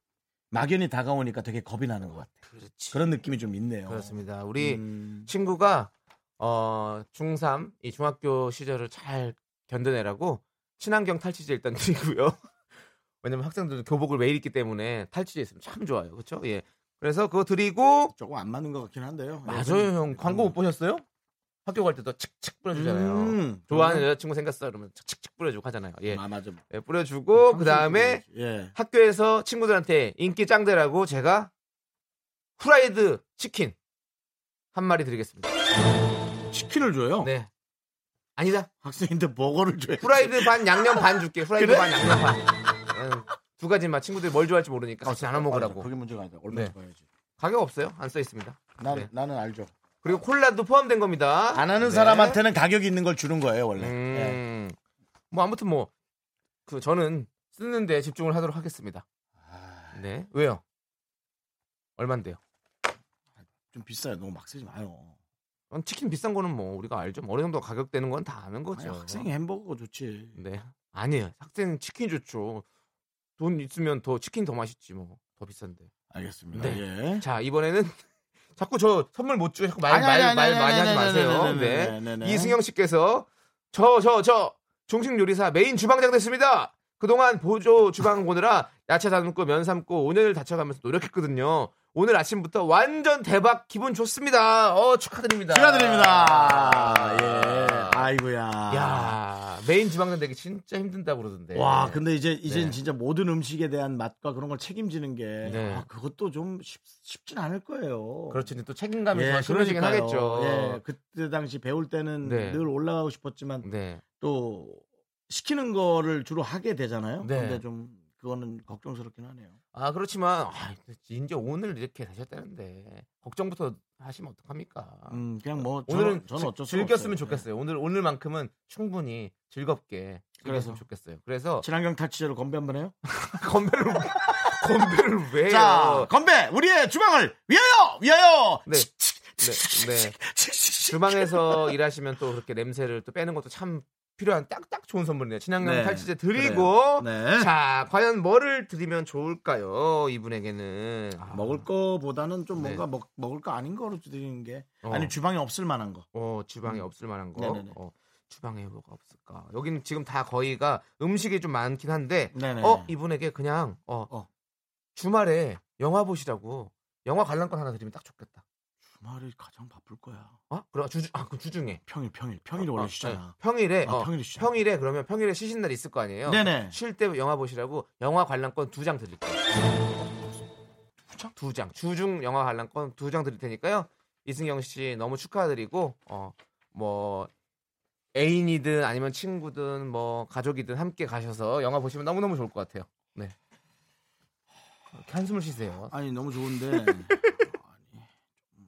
S1: 막연히 다가오니까 되게 겁이 나는 것 같아.
S2: 그렇지.
S1: 그런 느낌이 좀 있네요.
S2: 그렇습니다. 우리
S1: 음,
S2: 친구가 어, 중3 이 중학교 시절을 잘 견뎌내라고 친환경 탈취제 일단 드리고요. 왜냐면 학생들도 교복을 매일 입기 때문에 탈취제 있으면 참 좋아요. 그렇죠? 예. 그래서 그거 드리고
S1: 조금 안 맞는 것 같긴 한데요. 네.
S2: 맞아요, 형. 광고 못 보셨어요? 학교 갈 때도 칙칙 뿌려주잖아요.
S1: 음.
S2: 좋아하는 여자친구 생겼어. 그러면 칙칙 뿌려주고 하잖아요. 예.
S1: 아, 맞아.
S2: 예, 뿌려주고 그 다음에
S1: 예.
S2: 학교에서 친구들한테 인기 짱대라고 제가 후라이드 치킨 한 마리 드리겠습니다.
S1: 치킨을 줘요.
S2: 네. 아니다.
S1: 학생인데 버거를 줘요.
S2: 후라이드 반 양념 반 줄게. 후라이드 반 양념 반. 음, 두 가지 맛. 친구들이 뭘 좋아할지 모르니까
S1: 어,
S2: 같이 나눠 먹으라고.
S1: 그게 문제가 아니다. 얼마나
S2: 네.
S1: 줘야지.
S2: 가격 없어요. 안 써 있습니다.
S1: 난,
S2: 네.
S1: 나는 알죠.
S2: 그리고 콜라도 포함된 겁니다.
S1: 안 하는
S2: 네.
S1: 사람한테는 가격이 있는 걸 주는 거예요, 원래. 예.
S2: 음. 뭐 아무튼 뭐 그 저는 쓰는데 집중을 하도록 하겠습니다.
S1: 아,
S2: 네. 왜요? 얼만데요?
S1: 좀 비싸요. 너무 막 쓰지 마요.
S2: 그럼 어, 치킨 비싼 거는 뭐 우리가 알죠. 어느 정도 가격 되는 건 다 아는 거죠.
S1: 아니, 학생이 햄버거 좋지.
S2: 네. 아니에요. 학생 치킨 좋죠. 돈 있으면 더 치킨 더 맛있지 뭐. 더 비싼데.
S1: 알겠습니다.
S2: 네.
S1: 예.
S2: 자, 이번에는 자꾸 저 선물 못 주고 자꾸 말, 말, 말 많이 하지 마세요. 네. 이승영 씨께서 저, 저, 저 중식 요리사 메인 주방장 됐습니다. 그동안 보조 주방 보느라 야채 담고 면 삶고 5년을 다쳐가면서 노력했거든요. 오늘 아침부터 완전 대박 기분 좋습니다. 어, 축하드립니다. 아,
S1: 축하드립니다. 예. 아이고야.
S2: 야, 메인 주방장 되기 진짜 힘든다고 그러던데.
S1: 와, 근데 이제 이젠
S2: 네.
S1: 진짜 모든 음식에 대한 맛과 그런 걸 책임지는 게
S2: 네.
S1: 아, 그것도 좀 쉽, 쉽진 않을 거예요.
S2: 그렇죠. 이제 또 책임감이 더 심해지긴
S1: 그러니까요.
S2: 하겠죠.
S1: 예, 그때 당시 배울 때는
S2: 네.
S1: 늘 올라가고 싶었지만
S2: 네.
S1: 또 시키는 거를 주로 하게 되잖아요.
S2: 네.
S1: 근데 좀 그거는 걱정스럽긴 하네요.
S2: 아 그렇지만 아, 이제 오늘 이렇게 되셨다는데 걱정부터 하시면 어떡합니까?
S1: 음, 그냥 뭐
S2: 아, 오늘은
S1: 저는, 저는 어쩔 수
S2: 즐겼으면
S1: 없어요.
S2: 좋겠어요. 오늘 오늘만큼은 충분히 즐겁게
S1: 그래서.
S2: 즐겼으면 좋겠어요. 그래서
S1: 네. 친환경 탈취제로 건배 한번 해요.
S2: 건배를 건배를 왜요?
S1: 자, 건배 우리의 주방을 위하여 위하여.
S2: 네. 네, 네. 주방에서 일하시면 또 그렇게 냄새를 또 빼는 것도 참 필요한 딱딱 좋은 선물이네요. 친환경
S1: 네,
S2: 탈취제 드리고
S1: 네.
S2: 그 자 과연 뭐를 드리면 좋을까요? 이분에게는 아,
S1: 먹을 거보다는 좀
S2: 네.
S1: 뭔가 먹, 먹을 거 아닌 거로 드리는 게
S2: 어.
S1: 아니 주방에 없을 만한 거.
S2: 어 주방에 없을 만한 거.
S1: 네네네.
S2: 어, 주방에 뭐가 없을까? 여기는 지금 다 거의가 음식이 좀 많긴 한데,
S1: 네네.
S2: 어 이분에게 그냥 어,
S1: 어.
S2: 주말에 영화 보시라고 영화 관람권 하나 드리면 딱 좋겠다.
S1: 주말이 가장 바쁠 거야.
S2: 어? 그럼 주, 아, 그럼 주중에.
S1: 평일, 평일, 평일이 원래
S2: 어,
S1: 쉬잖아.
S2: 네. 평일에
S1: 아,
S2: 어,
S1: 평일에
S2: 평일에 어.
S1: 쉬잖아.
S2: 그러면 평일에 쉬신 날 있을 거 아니에요.
S1: 네네.
S2: 쉴 때 영화 보시라고 영화 관람권 두 장 드릴 거예요. 두 장. 주중 영화 관람권 두 장 드릴 테니까요. 이승경 씨 너무 축하드리고 어, 어뭐 애인이든 아니면 친구든 뭐 가족이든 함께 가셔서 영화 보시면 너무너무 좋을 것 같아요. 네. 이렇게 한숨을 쉬세요.
S1: 아니 너무 좋은데 아니, 좀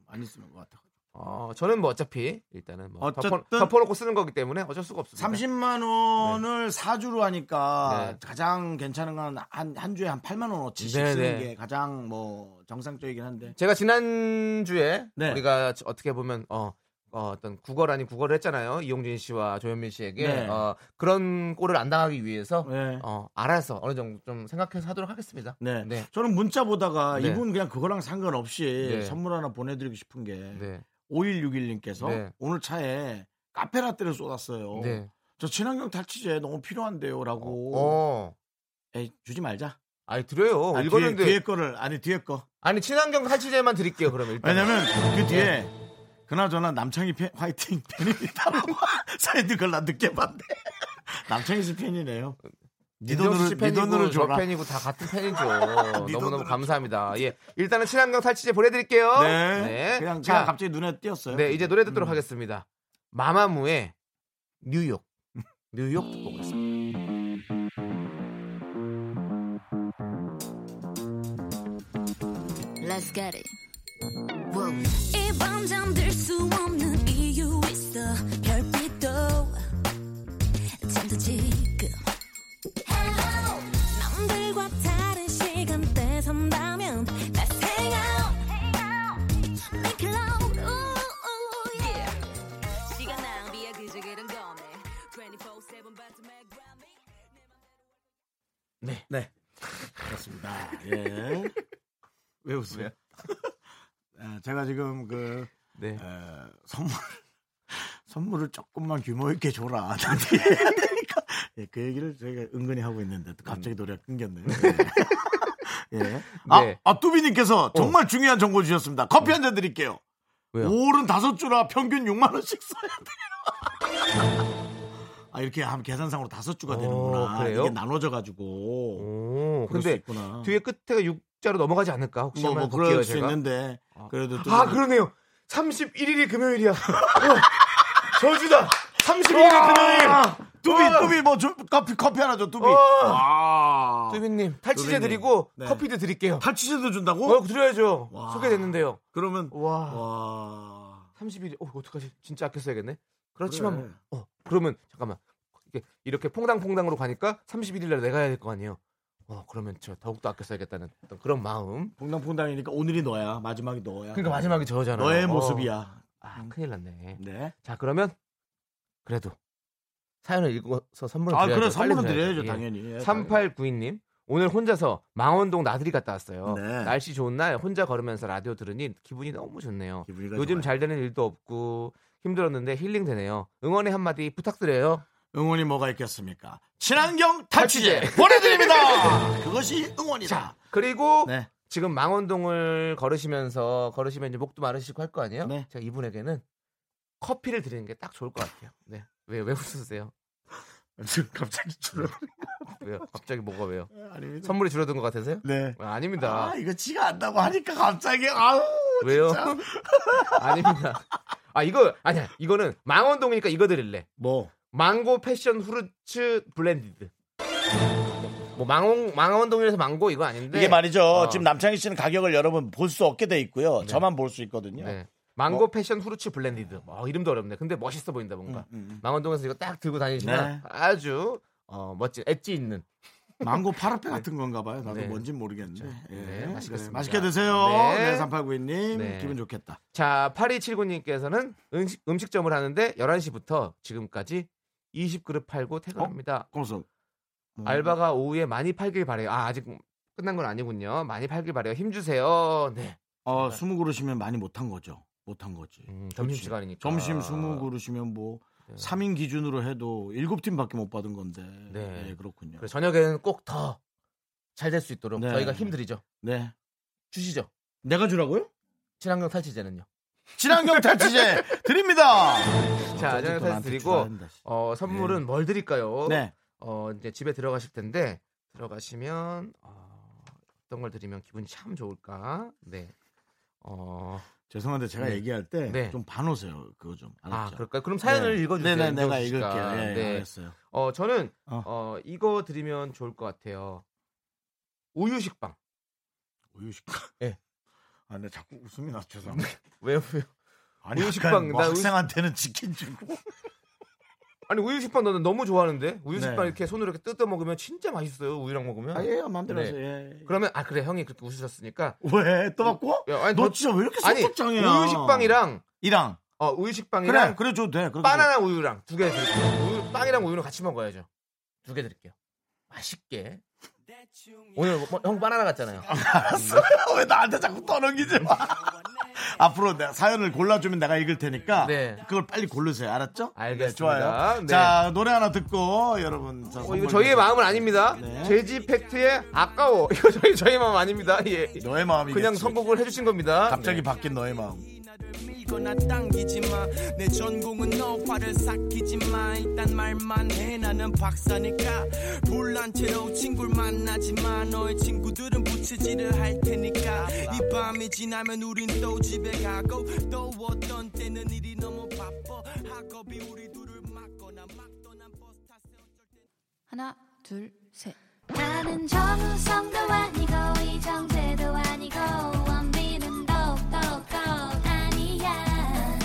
S1: 안 있으면 것 같아.
S2: 어, 저는 뭐 어차피 일단은 뭐
S1: 어쨌든-
S2: 덮어, 덮어놓고 쓰는 거기 때문에 어쩔 수가 없습니다.
S1: 30만 원을 사주로 하니까
S2: 네.
S1: 가장 괜찮은 건 한 한 주에 한 8만 원어치씩
S2: 네,
S1: 쓰는
S2: 네.
S1: 게 가장 뭐 정상적이긴 한데
S2: 제가 지난주에
S1: 네.
S2: 우리가 저- 어떻게 보면 어, 어, 떤 구걸 아닌 구걸을 했잖아요. 이용진 씨와 조현민 씨에게
S1: 네.
S2: 어, 그런 꼴을 안 당하기 위해서
S1: 네.
S2: 어, 알아서 어느 정도 좀 생각해서 하도록 하겠습니다.
S1: 네.
S2: 네.
S1: 저는 문자 보다가
S2: 네.
S1: 이분 그냥 그거랑 상관없이
S2: 네.
S1: 선물 하나 보내드리고 싶은 게
S2: 네.
S1: 5161님께서
S2: 네.
S1: 오늘 차에 카페라떼를 쏟았어요.
S2: 네.
S1: 저 친환경 탈취제 너무 필요한데요라고.
S2: 어.
S1: 에이, 주지 말자.
S2: 아니 드려요.
S1: 아, 뒤에,
S2: 읽었는데
S1: 뒤에 거를 아니 뒤에 거.
S2: 아니 친환경 탈취제만 드릴게요. 그러면 일단
S1: 왜냐면 그 뒤에 그나저나 남창희 팬, 화이팅 팬입니다라고 사이드 걸나 늦게 봤네. 남창희 씨 팬이네요. 네 돈으로
S2: 씨
S1: 네 돈으로
S2: 팬이고 저
S1: 줘라.
S2: 팬이고 다 같은 팬이죠.
S1: 돈으로
S2: 너무너무 감사합니다. 예, 일단은 친환경 탈취제 보내드릴게요.
S1: 네.
S2: 네.
S1: 그냥
S2: 자,
S1: 제가 갑자기 눈에 띄었어요.
S2: 네, 이제 노래
S1: 음.
S2: 듣도록 하겠습니다. 마마무의 뉴욕. 뉴욕 듣고 오겠습니다.
S3: Let's get it. Whoa. 이밤 잠들 수 없는 이유 있어. 별빛도 잠도 지금. Hello. 남들과 다른 시간대 산다면 Let's hang out. Make love. Ooh, ooh, yeah. 시간 낭비야 그저께는 거네. 24/7 바텀에 Grammy.
S2: 네.
S1: 네. 그렇습니다. 예. 왜 웃어요? 아, 제가 지금 그
S2: 네.
S1: 어, 선물 선물을 조금만 규모 있게 줘라. 나한테 해야 되니까. 예, 그 얘기를 저희가 은근히 하고 있는데 또 갑자기 노래가 끊겼네요. 예. 아,
S2: 음. 네. 어.
S1: 아, 뚜비님께서 정말 중요한 정보 주셨습니다. 커피 한 잔 드릴게요.
S2: 왜요?
S1: 올은 다섯 주라 평균 6만 원씩 써야 돼요. 아 이렇게 하면 계산상으로 다섯 주가
S2: 오,
S1: 되는구나.
S2: 어, 그래요? 음,
S1: 이게 나눠져 가지고.
S2: 오,
S1: 그럴 수
S2: 근데
S1: 있구나.
S2: 뒤에 끝에가 6자로 넘어가지 않을까? 혹시
S1: 뭐, 뭐
S2: 한번
S1: 그럴
S2: 볼게요,
S1: 수
S2: 제가.
S1: 있는데 그래도 또
S2: 아,
S1: 좀-
S2: 그러네요. 31일이 금요일이야. 어, 저주다. 31일이 금요일.
S1: 뚜비
S2: 어.
S1: 뚜비 뭐 줘- 커피 커피 하나 줘 뚜비.
S2: 어. 뚜비님, 탈취제
S1: 뚜비님.
S2: 드리고
S1: 네.
S2: 커피도 드릴게요.
S1: 탈취제도 준다고?
S2: 어, 드려야죠.
S1: 와.
S2: 소개됐는데요.
S1: 그러면
S2: 와.
S1: 와.
S2: 31일. 어, 어떡하지? 진짜 아껴 써야겠네. 그렇지만
S1: 그래.
S2: 어, 그러면 잠깐만. 이게 이렇게 퐁당퐁당으로 가니까 31일 날 내가 해야 될 거 아니에요. 어, 그러면 저 더욱더 아껴 써야겠다는 어떤 그런 마음.
S1: 퐁당퐁당이니까 오늘이 너야 마지막이 너야. 네.
S2: 그러니까 마지막이 저잖아요.
S1: 너의
S2: 어.
S1: 모습이야.
S2: 아, 큰일 났네.
S1: 네.
S2: 자, 그러면 그래도 사연을 읽어서 선물을
S1: 아
S2: 드려야죠.
S1: 그래
S2: 빨리
S1: 선물은 드려야죠
S2: 예.
S1: 당연히. 예,
S2: 3892님 오늘 혼자서 망원동 나들이 갔다 왔어요.
S1: 네.
S2: 날씨 좋은 날 혼자 걸으면서 라디오 들으니 기분이 너무 좋네요.
S1: 기분이가
S2: 요즘
S1: 좋아요.
S2: 잘 되는 일도 없고 힘들었는데 힐링 되네요. 응원의 한마디 부탁드려요.
S1: 응원이 뭐가 있겠습니까? 친환경 탈취제 보내드립니다. 그것이 응원이다.
S2: 그리고
S1: 네.
S2: 지금 망원동을 걸으시면서 걸으시면 이제 목도 마르시고 할 거 아니에요?
S1: 네.
S2: 제가 이분에게는 커피를 드리는 게 딱 좋을 것 같아요. 네. 왜, 왜 웃으세요?
S1: 지금 갑자기 줄어.
S2: 왜요? 갑자기 뭐가 왜요?
S1: 음, 아닙니다.
S2: 선물이 줄어든 것 같으세요?
S1: 네.
S2: 아, 아닙니다.
S1: 아 이거 지가 안다고 하니까 갑자기 아우.
S2: 왜요?
S1: 진짜.
S2: 아닙니다. 아, 이거, 아니야. 이거는 망원동이니까 이거 드릴래.
S1: 뭐
S2: 망고 패션 후르츠 블렌디드. 뭐, 망원, 망원동에서 망고 이거 아닌데.
S1: 이게 말이죠.
S2: 어.
S1: 지금 남창희 씨는 가격을 여러분 볼 수 없게 돼 있고요. 저만 볼 수 있거든요.
S2: 네. 망고
S1: 뭐?
S2: 패션 후르츠 블렌디드. 어, 이름도 어렵네. 근데 멋있어 보인다
S1: 음,
S2: 뭔가. 망원동에서 이거 딱 들고 다니시면
S1: 네.
S2: 아주 어, 멋진 엣지 있는.
S1: 망고 파라페 같은 건가 봐요. 나도
S2: 네.
S1: 뭔진 모르겠네. 예.
S2: 네, 맛있겠습니다.
S1: 그래, 맛있게 드세요.
S2: 네.
S1: 네, 3892님.
S2: 네.
S1: 기분 좋겠다.
S2: 자, 8279님께서는 음식, 음식점을 하는데 11시부터 지금까지 20그릇 팔고 퇴근합니다.
S1: 고소. 어? 음.
S2: 알바가 오후에 많이 팔길 바래요. 아, 아직 끝난 건 아니군요. 많이 팔길 바래요. 힘주세요. 네.
S1: 어, 20그릇이면 많이 못한 거죠. 못한 거지.
S2: 음,
S1: 그렇지.
S2: 점심시간이니까.
S1: 점심 20그릇이면 뭐 3인 기준으로 해도 7팀밖에 못 받은 건데.
S2: 네.
S1: 네, 그렇군요.
S2: 그래서 저녁에는 꼭 더 잘 될 수 있도록
S1: 네.
S2: 저희가 힘들이죠.
S1: 네.
S2: 주시죠.
S1: 내가 주라고요?
S2: 친환경 탈취제는요.
S1: 친환경 탈취제 드립니다.
S2: 자, 저는 사실
S1: 나한테
S2: 드리고
S1: 주라는데.
S2: 어, 선물은 뭘 드릴까요?
S1: 네.
S2: 어, 이제 집에 들어가실 텐데 들어가시면 어, 어떤 걸 드리면 기분이 참 좋을까? 네. 어,
S1: 죄송한데 제가
S2: 네.
S1: 얘기할 때 좀
S2: 네.
S1: 반오세요. 그거 좀.
S2: 아,
S1: 알았죠?
S2: 그럴까요? 그럼 사연을
S1: 네.
S2: 읽어주세요.
S1: 네네, 내가
S2: 윤정수 씨가.
S1: 읽을게요. 예,
S2: 네.
S1: 알겠어요.
S2: 어, 저는
S1: 어.
S2: 어. 이거 드리면 좋을 것 같아요. 우유식빵.
S1: 우유식빵.
S2: 예.
S1: 아, 근데 자꾸 웃음이 나 죄송합니다.
S2: 왜요? 왜요?
S1: 아니,
S2: 우유식빵,
S1: 약간 뭐
S2: 나 우유-
S1: 학생한테는 치킨 뭐. 주고.
S2: 아니 우유식빵 너는 너무 좋아하는데 우유식빵
S1: 네.
S2: 이렇게 손으로 이렇게 뜯어 먹으면 진짜 맛있어요. 우유랑 먹으면.
S1: 아, 예, 마음대로
S2: 네.
S1: 하세요. 예.
S2: 그러면 아 그래 형이 그렇게 웃으셨으니까.
S1: 왜? 또 바꿔?
S2: 음, 야, 아니,
S1: 너
S2: 너-
S1: 진짜 왜 이렇게
S2: 아니
S1: 성격장애야?
S2: 우유식빵이랑
S1: 이랑.
S2: 어
S1: 그래,
S2: 우유식빵이랑
S1: 그래 음. 줘도 돼. 아, 그렇게
S2: 바나나 우유랑 두 개 드릴게요. 우유, 빵이랑 우유는 같이 먹어야죠. 두 개 드릴게요. 맛있게. 오늘 뭐- 형 바나나 같잖아요.
S1: 왜 나한테 자꾸 떠넘기지 마. 앞으로 내 사연을 골라주면 내가 읽을 테니까
S2: 네.
S1: 그걸 빨리 고르세요. 알았죠?
S2: 알겠습니다.
S1: 네, 좋아요.
S2: 네.
S1: 자 노래 하나 듣고 여러분 자,
S2: 어, 이거
S1: 선물
S2: 저희의
S1: 드릴게요.
S2: 마음은 아닙니다.
S1: 네.
S2: 제지 팩트의 아까워. 이거 저희 저희 마음 아닙니다. 예.
S1: 너의 마음이
S2: 그냥 선곡을 해주신 겁니다.
S1: 갑자기 바뀐 너의 마음.
S6: 밀거나 당기지 마내 전공은 너화를 삭히지 마 일단 말만 해 나는 박사니까 불난 채로 친구를 만나지 마 너의 친구들은 부채질을 할 테니까 이 밤이 지나면 우린 또 집에 가고 또 어떤 때는 일이 너무 바빠 학업이 우리 둘을 막거나 막떠난 버스 탔어
S8: 하나, 둘, 셋.
S9: 나는 정우성도 아니고 이정재도 아니고 원빈은 더욱더 아니야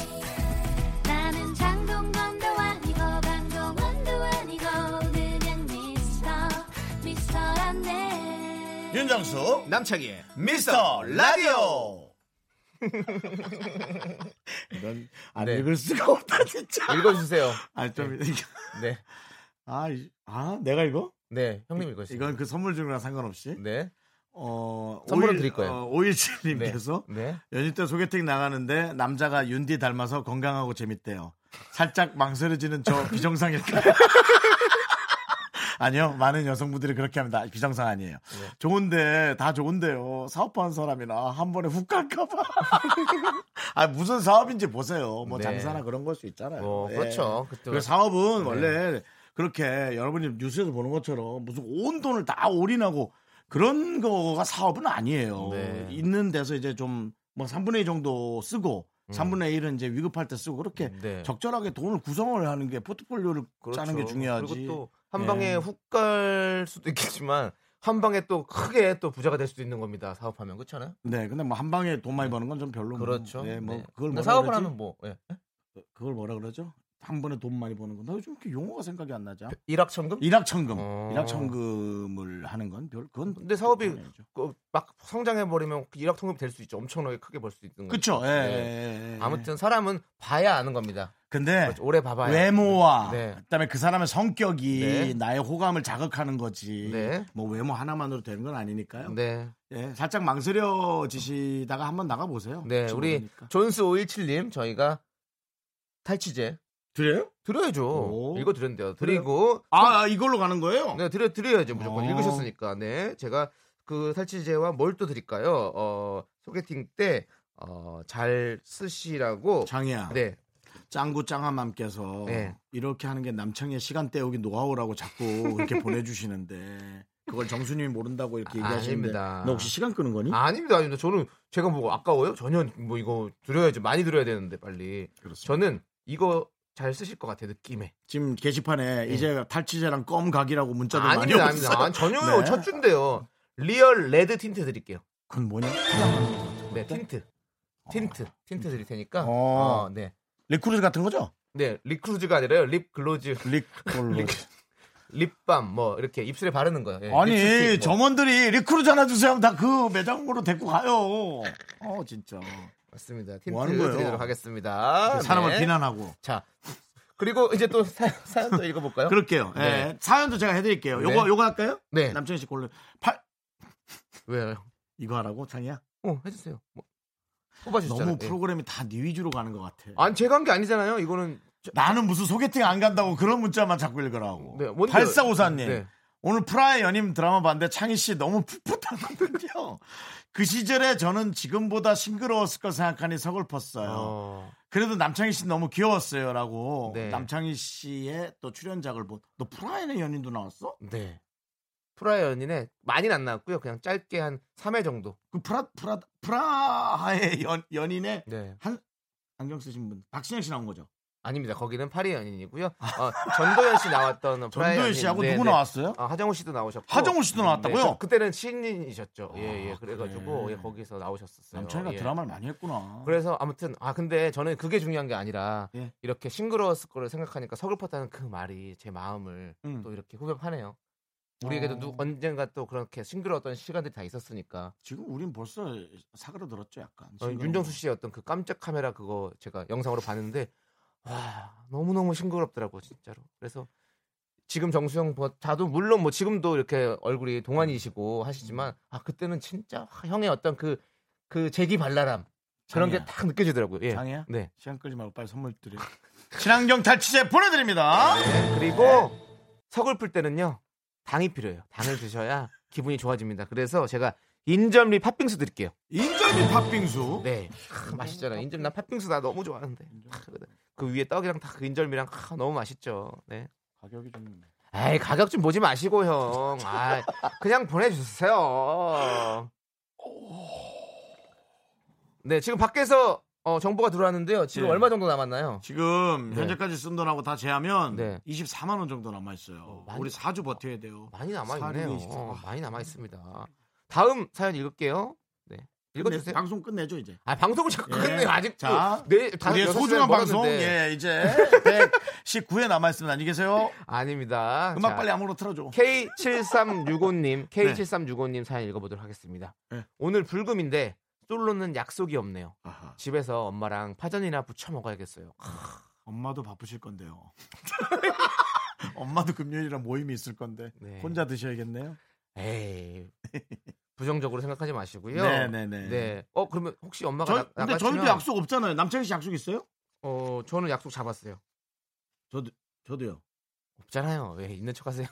S9: 나는 장동건도 아니고 강동원도 아니고 그냥 미스터 미스터란데
S2: 네.
S1: 윤정수
S2: 남창희의
S1: 미스터 라디오. 이건 안
S2: 네.
S1: 읽을 수가 없다 진짜.
S2: 읽어주세요.
S1: 아좀
S2: 네.
S1: 아, 이- 아 내가 읽어?
S2: 네. 형님 읽어주세요.
S1: 이건 그 선물 중이랑 상관없이.
S2: 네.
S1: 어,
S2: 선물은
S1: 오일-
S2: 드릴 거예요.
S1: 어, 오일칠님께서
S2: 네.
S1: 연휴 때 소개팅 나가는데 남자가 윤디 닮아서 건강하고 재밌대요. 살짝 망설여지는 저 비정상일까요? 아니요, 많은 여성분들이 그렇게 합니다. 비정상 아니에요.
S2: 네.
S1: 좋은데 다 좋은데요. 사업하는 사람이나 한 번에 훅 갈까봐. 아 무슨 사업인지 보세요. 뭐
S2: 네.
S1: 장사나 그런 걸 수 있잖아요.
S2: 뭐,
S1: 예.
S2: 그렇죠. 그때
S1: 그 사업은 원래 그렇게 여러분이 뉴스에서 보는 것처럼 무슨 온 돈을 다 올인하고 그런 거가 사업은 아니에요.
S2: 네.
S1: 있는 데서 이제 좀 뭐 3분의 2 정도 쓰고 3분의 1은 이제 위급할 때 쓰고 그렇게
S2: 음. 네. 그렇죠.
S1: 적절하게 돈을 구성을 하는 게 포트폴리오를 짜는 게 중요하지.
S2: 그리고 또 한
S1: 예.
S2: 방에 훅 갈 수도 있겠지만 한 방에 또 크게 또 부자가 될 수도 있는 겁니다. 사업하면 그렇잖아요.
S1: 네, 근데 뭐 한 방에 돈 많이 버는 건 좀 별로.
S2: 그렇죠.
S1: 네, 뭐
S2: 네.
S1: 그걸
S2: 근데
S1: 뭐라
S2: 사업을
S1: 그러지? 어?
S2: 하면 뭐 예.
S1: 그걸 뭐라 그러죠? 한 번에 돈 많이 버는 건. 나 요즘 이렇게 용어가 생각이 안 나지.
S2: 일확천금?
S1: 일확천금.
S2: 네. 어.
S1: 일확천금을 하는 건 별, 그건.
S2: 근데 사업이
S1: 아니죠.
S2: 그 막 성장해 버리면 그 일확천금 될 수 있죠. 엄청나게 크게 벌 수 있는
S1: 그쵸,
S2: 거죠.
S1: 예.
S2: 네.
S1: 예, 예.
S2: 아무튼 사람은 봐야 아는 겁니다.
S1: 근데
S2: 그렇죠. 오래 봐봐요.
S1: 외모와
S2: 네.
S1: 그다음에 그 사람의 성격이
S2: 네.
S1: 나의 호감을 자극하는 거지.
S2: 네.
S1: 뭐 외모 하나만으로 되는 건 아니니까요.
S2: 네.
S1: 예, 살짝 망설여지시다가 한번 나가 보세요.
S2: 네. 우리 존스 517님 저희가 탈취제
S1: 드려요?
S2: 드려야죠.
S1: 오.
S2: 읽어 드렸는데요. 드리고
S1: 아, 아, 이걸로 가는 거예요?
S2: 네, 드려 드려야죠. 무조건
S1: 어.
S2: 읽으셨으니까. 네. 제가 그 살치제와 뭘 또 드릴까요? 어, 소개팅 때 어, 잘 쓰시라고
S1: 장이야.
S2: 네.
S1: 짱구 짱함함께서
S2: 네.
S1: 이렇게 하는 게 남창의 시간 때우기 노하우라고 자꾸 그렇게 보내주시는데 그걸 정수님이 모른다고 이렇게
S2: 아,
S1: 얘기하시는데
S2: 아닙니다.
S1: 너 혹시 시간 끄는 거니?
S2: 아닙니다. 아닙니다. 저는 제가 뭐 아까워요? 전혀 뭐 이거 드려야지. 많이 드려야 되는데 빨리.
S1: 그렇습니다.
S2: 저는 이거 잘 쓰실 것 같아요. 느낌에.
S1: 지금 게시판에 이제 탈취제랑 껌 각이라고 문자도 많이
S2: 예. 아닙니다. 아닙니다.
S1: 왔어요.
S2: 아, 전혀요.
S1: 네.
S2: 첫 주인데요. 리얼 레드 틴트 드릴게요.
S1: 그건 뭐냐?
S2: 네, 틴트. 틴트. 틴트 드릴 테니까.
S1: 어.
S2: 어, 네.
S1: 리크루즈 같은 거죠?
S2: 네, 립크루즈가 아니라요. 립글로즈.
S1: 리크루즈.
S2: 립밤 뭐 이렇게 입술에 바르는 거예요. 예,
S1: 아니
S2: 립스틱 뭐.
S1: 점원들이 리크루즈 하나 주세요 하면 다 그 매장으로 데리고 가요. 어 진짜.
S2: 맞습니다. 틴트
S1: 뭐 하는 거예요?
S2: 드리도록 하겠습니다.
S1: 사람을
S2: 네.
S1: 비난하고.
S2: 자 그리고 이제 또 사, 사연 또 읽어볼까요?
S1: 그럴게요. 예,
S2: 네.
S1: 사연도 제가 해드릴게요.
S2: 네.
S1: 요거 요거 할까요?
S2: 네.
S1: 남창희 씨 골로 팔
S2: 왜요?
S1: 이거 하라고 창이야.
S2: 어 해주세요. 뭐, 뽑아주잖아요.
S1: 너무 프로그램이 다 네 위주로 가는 것 같아.
S2: 안 제가 한 게 아니잖아요. 이거는 저-
S1: 나는 무슨 소개팅 안 간다고 그런 문자만 자꾸 읽으라고.
S2: 네, 뭔데요?
S1: 발사오사님.
S2: 네.
S1: 오늘 프라의 연임 드라마 봤는데 창희 씨 너무 풋풋하거든요. 그 시절에 저는 지금보다 싱그러웠을 거 생각하니 서글펐어요. 그래도 남창희 씨 너무 귀여웠어요라고
S2: 네.
S1: 남창희 씨의 또 출연작을 본. 너 프라이의 연인도 나왔어?
S2: 네. 프라이 연인에 많이는 안 나왔고요. 그냥 짧게 한 3회 정도.
S1: 그 프라 프라 프라의 연 연인의
S2: 네.
S1: 한 안경 쓰신 분 박신영 씨 나온 거죠?
S2: 아닙니다. 거기는 파리 연인이고요. 어, 전도연 씨 나왔던 프라이
S1: 전도연
S2: 연인.
S1: 씨하고 누구 나왔어요?
S2: 아, 하정우 씨도 나오셨고.
S1: 하정우
S2: 네,
S1: 씨도 나왔다고요?
S2: 저- 그때는 신인이셨죠. 예, 예.
S1: 아,
S2: 그래가지고
S1: 그래.
S2: 예, 거기서 나오셨었어요.
S1: 남창희가
S2: 예.
S1: 드라마를 많이 했구나.
S2: 그래서 아무튼 아 근데 저는 그게 중요한 게 아니라
S1: 예.
S2: 이렇게 싱그러웠을 거를 생각하니까 서글펐다는 그 말이 제 마음을
S1: 음.
S2: 또 이렇게 후벼파네요. 우리에게도
S1: 어.
S2: 누, 언젠가 또 그렇게 싱그러웠던 시간들이 다 있었으니까
S1: 지금 우린 벌써 사그라들었죠 약간.
S2: 어,
S1: 싱그러운
S2: 윤정수 씨의 어떤 그 깜짝 카메라 그거 제가 영상으로 봤는데 와 너무 너무 싱그럽더라고 진짜로. 그래서 지금 정수영 자도 물론 뭐 지금도 이렇게 얼굴이 동안이시고
S1: 음.
S2: 하시지만 아 그때는 진짜 형의 어떤 그 그 재기발랄함 그런
S1: 장이야.
S2: 게 딱 느껴지더라고요. 예.
S1: 장이야?
S2: 네.
S1: 시간 끌지 말고 빨리 선물 드려. 친환경 탈취제 보내드립니다.
S2: 그리고
S1: 네.
S2: 서글플 때는요 당이 필요해요. 당을 드셔야 기분이 좋아집니다. 그래서 제가 인절미 팥빙수 드릴게요.
S1: 인절미 팥빙수.
S2: 네, 아, 맛있잖아요. 인절미 나 팥빙수 나 너무 좋아하는데 아, 그래. 그 위에 떡이랑 다 그 인절미랑 아, 너무 맛있죠. 네.
S1: 가격이 좀
S2: 에이 가격 좀 보지 마시고 형. 아, 그냥 보내주세요. 네 지금 밖에서 어, 정보가 들어왔는데요. 지금
S1: 네.
S2: 얼마 정도 남았나요?
S1: 지금
S2: 네.
S1: 현재까지 쓴 돈하고 다 제하면
S2: 네.
S1: 24만 원 정도 남아 있어요.
S2: 많이-
S1: 우리 4주 버텨야 돼요.
S2: 많이
S1: 사륜이
S2: 남아있네요.
S1: 24.
S2: 어, 많이 남아있습니다. 다음 사연 읽을게요. 네.
S1: 끝내-
S2: 읽어주세요.
S1: 방송 끝내죠 이제.
S2: 아, 방송을 자꾸
S1: 예.
S2: 끝내요. 아직 도
S1: 자,
S2: 네, 다섯,
S1: 우리의
S2: 여섯
S1: 소중한
S2: 시간
S1: 방송
S2: 먹었는데.
S1: 예 이제 119회 남아 있습니다. 안녕히 계세요.
S2: 아닙니다.
S1: 음악
S2: 자,
S1: 빨리 아무로 틀어줘.
S2: K7365님, K7365님 사연 읽어보도록 하겠습니다.
S1: 네.
S2: 오늘 불금인데 솔로는 약속이 없네요.
S1: 아하.
S2: 집에서 엄마랑 파전이나 부쳐 먹어야겠어요.
S1: 엄마도 바쁘실 건데요. 엄마도 금요일이라 모임이 있을 건데
S2: 네.
S1: 혼자 드셔야겠네요.
S2: 에이. 부정적으로 생각하지 마시고요.
S1: 네, 네, 네.
S2: 네. 어, 그러면 혹시 엄마가
S1: 저,
S2: 나,
S1: 근데 저희도
S2: 나가시면-
S1: 약속 없잖아요. 남창희 씨 약속 있어요?
S2: 어, 저는 약속 잡았어요.
S1: 저도 저도요.
S2: 없잖아요. 왜 있는 척하세요?
S1: 야,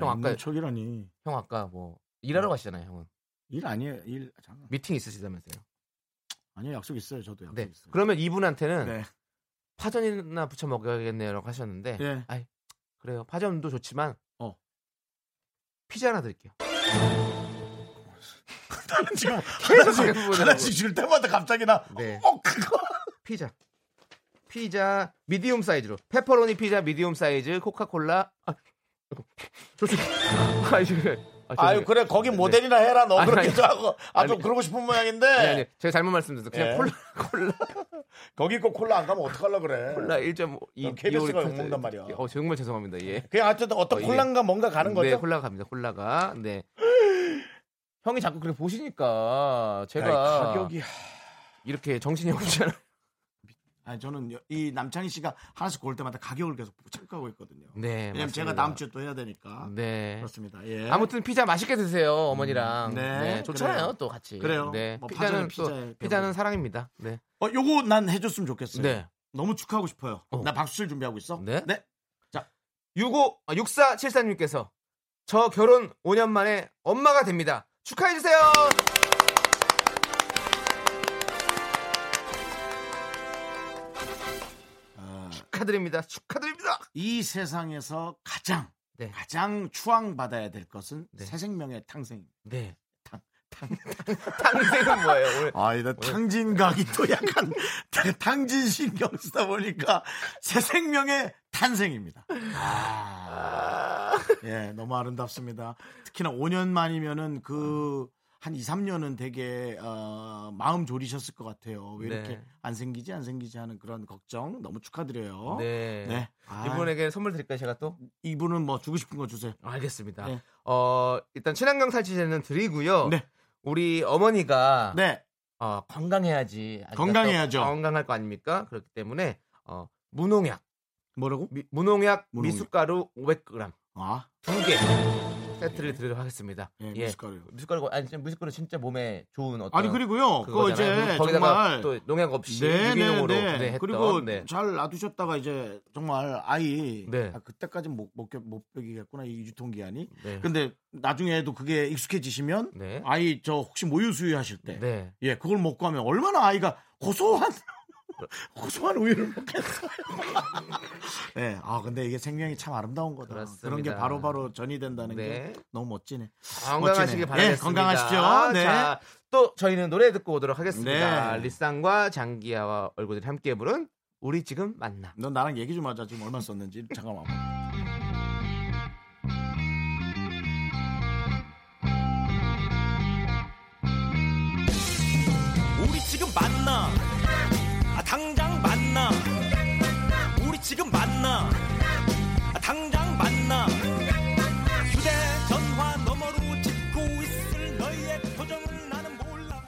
S2: 형, 아까-
S1: 있는 척이라니
S2: 형 아까 뭐
S1: 네.
S2: 일하러 가시잖아요, 형은.
S1: 일 아니에요. 일 잠깐.
S2: 미팅 있으시다면서요.
S1: 아니요 약속 있어요. 저도 약속
S2: 네.
S1: 있어요.
S2: 그러면 이분한테는
S1: 네.
S2: 파전이나 부쳐 먹어야겠네요라고 하셨는데,
S1: 예.
S2: 아이 그래요. 파전도 좋지만,
S1: 어.
S2: 피자 하나 드릴게요.
S1: 나는 지금
S2: 계속
S1: 하나씩
S2: 보더라고.
S1: 하나씩 줄 때마다 갑자기 나
S2: 네.
S1: 어, 그거
S2: 피자. 피자 미디움 사이즈로 페퍼로니 피자 미디움 사이즈 코카콜라 아, 아이고. 좋습니다. 아, 지금, 아, 죄송해요.
S1: 아유 그래 거기 모델이나 해라 너
S2: 아니,
S1: 그렇게도
S2: 아니.
S1: 하고 네. 아주
S2: 아니.
S1: 그러고 싶은 모양인데
S2: 아니, 아니, 제가 잘못 말씀드렸어요. 그냥
S1: 예.
S2: 콜라 콜라
S1: 거기 꼭 콜라 안 가면 어떡하려고 그래
S2: 콜라 1.5
S1: 그럼
S2: 2
S1: KBS 가 욕먹는단 말이야.
S2: 어 정말 죄송합니다. 예.
S1: 그냥 어쨌든 어떤
S2: 어, 예.
S1: 콜라인가 뭔가 가는
S2: 네,
S1: 거죠
S2: 콜라 갑니다. 콜라가. 네. 형이 자꾸 그렇게 보시니까 제가
S1: 야, 이 가격이
S2: 이렇게 정신이 없잖아요.
S1: 아니 저는 여- 이 남창희 씨가 하나씩 고를 때마다 가격을 계속 체크하고 있거든요
S2: 네.
S1: 왜냐면 제가
S2: 맞습니다.
S1: 다음 주에 또 해야 되니까
S2: 네.
S1: 그렇습니다 예.
S2: 아무튼 피자 맛있게 드세요 어머니랑.
S1: 음,
S2: 네.
S1: 네,
S2: 좋잖아요
S1: 그래요.
S2: 또 같이.
S1: 그래요.
S2: 네.
S1: 뭐 파전은
S2: 피자는 또
S1: 피자에
S2: 피자는
S1: 배불리.
S2: 사랑입니다. 네.
S1: 어, 요거 난 해줬으면 좋겠어요
S2: 네.
S1: 너무 축하하고 싶어요
S2: 어.
S1: 나 박수칠 준비하고 있어
S2: 네.
S1: 네.
S2: 65 아, 6474님께서 저 결혼 5년 만에 엄마가 됩니다. 축하해 주세요.
S1: 아,
S2: 축하드립니다. 축하드립니다.
S1: 이 세상에서 가장
S2: 네.
S1: 가장 추앙받아야 될 것은
S2: 네.
S1: 새 생명의 탕생입니다
S2: 네.
S1: 탕,
S2: 탕생은 뭐예요? 오늘
S1: 아, 이거 탕진각이 또 약간 탕진 신경 쓰다 보니까 새 생명의 탄생입니다. 아, 예, 너무 아름답습니다. 특히나 5년 만이면은 그 한 2, 3년은 되게 어, 마음 졸이셨을 것 같아요. 왜 이렇게
S2: 네.
S1: 안 생기지 안 생기지 하는 그런 걱정 너무 축하드려요.
S2: 네.
S1: 네. 아,
S2: 이분에게 선물 드릴까요, 제가 또?
S1: 이분은 뭐 주고 싶은 거 주세요.
S2: 알겠습니다.
S1: 네.
S2: 어, 일단 친환경 탈취제는 드리고요.
S1: 네.
S2: 우리 어머니가
S1: 네.
S2: 어, 건강해야지. 아직도
S1: 건강해야죠.
S2: 건강할 거 아닙니까? 그렇기 때문에 어, 무농약,
S1: 뭐라고?
S2: 미- 무농약,
S1: 무농약.
S2: 미숫가루 500g
S1: 아,
S2: 두 개. 세트를 드리도록 하겠습니다.
S1: 예,
S2: 네, 미숫가루. 미숫가루 아니 지금 미숫가루 진짜 몸에 좋은 어떤
S1: 아니 그리고요 그거
S2: 그거잖아요.
S1: 이제
S2: 거기다가
S1: 정말
S2: 또 농약 없이
S1: 네,
S2: 유기농으로
S1: 네, 네.
S2: 네, 했던
S1: 그리고
S2: 네.
S1: 잘 놔두셨다가 이제 정말 아이 아, 그때까지 못못 먹이겠구나 이 유통 기한이.
S2: 네.
S1: 근데 나중에도 그게 익숙해지시면
S2: 네.
S1: 아이 저 혹시 모유 수유 하실 때
S2: 네.
S1: 예, 그걸 먹고 하면 얼마나 아이가 고소한 고소한 우유를 먹겠어요. 예. 아, 근데 이게 생명이 참 아름다운 거다.
S2: 그렇습니다.
S1: 런게 바로바로 전이 된다는
S2: 네.
S1: 게 너무 멋지네. 멋지네.
S2: 건강하시길 바라겠습니다. 아,
S1: 예, 건강하시죠. 네.
S2: 자, 또 저희는 노래 듣고 오도록 하겠습니다.
S1: 네.
S2: 리쌍과 장기야와 얼굴들이 함께 부른 우리 지금 만나.
S1: 넌 나랑 얘기 좀 하자. 지금 얼마 썼는지. 잠깐만.
S10: 우리 지금 만나 아, 당장 만나 우리 지금 만나 아, 당장 만나 휴대전화 너머로 짚고 있을 너의 표정을 나는 몰라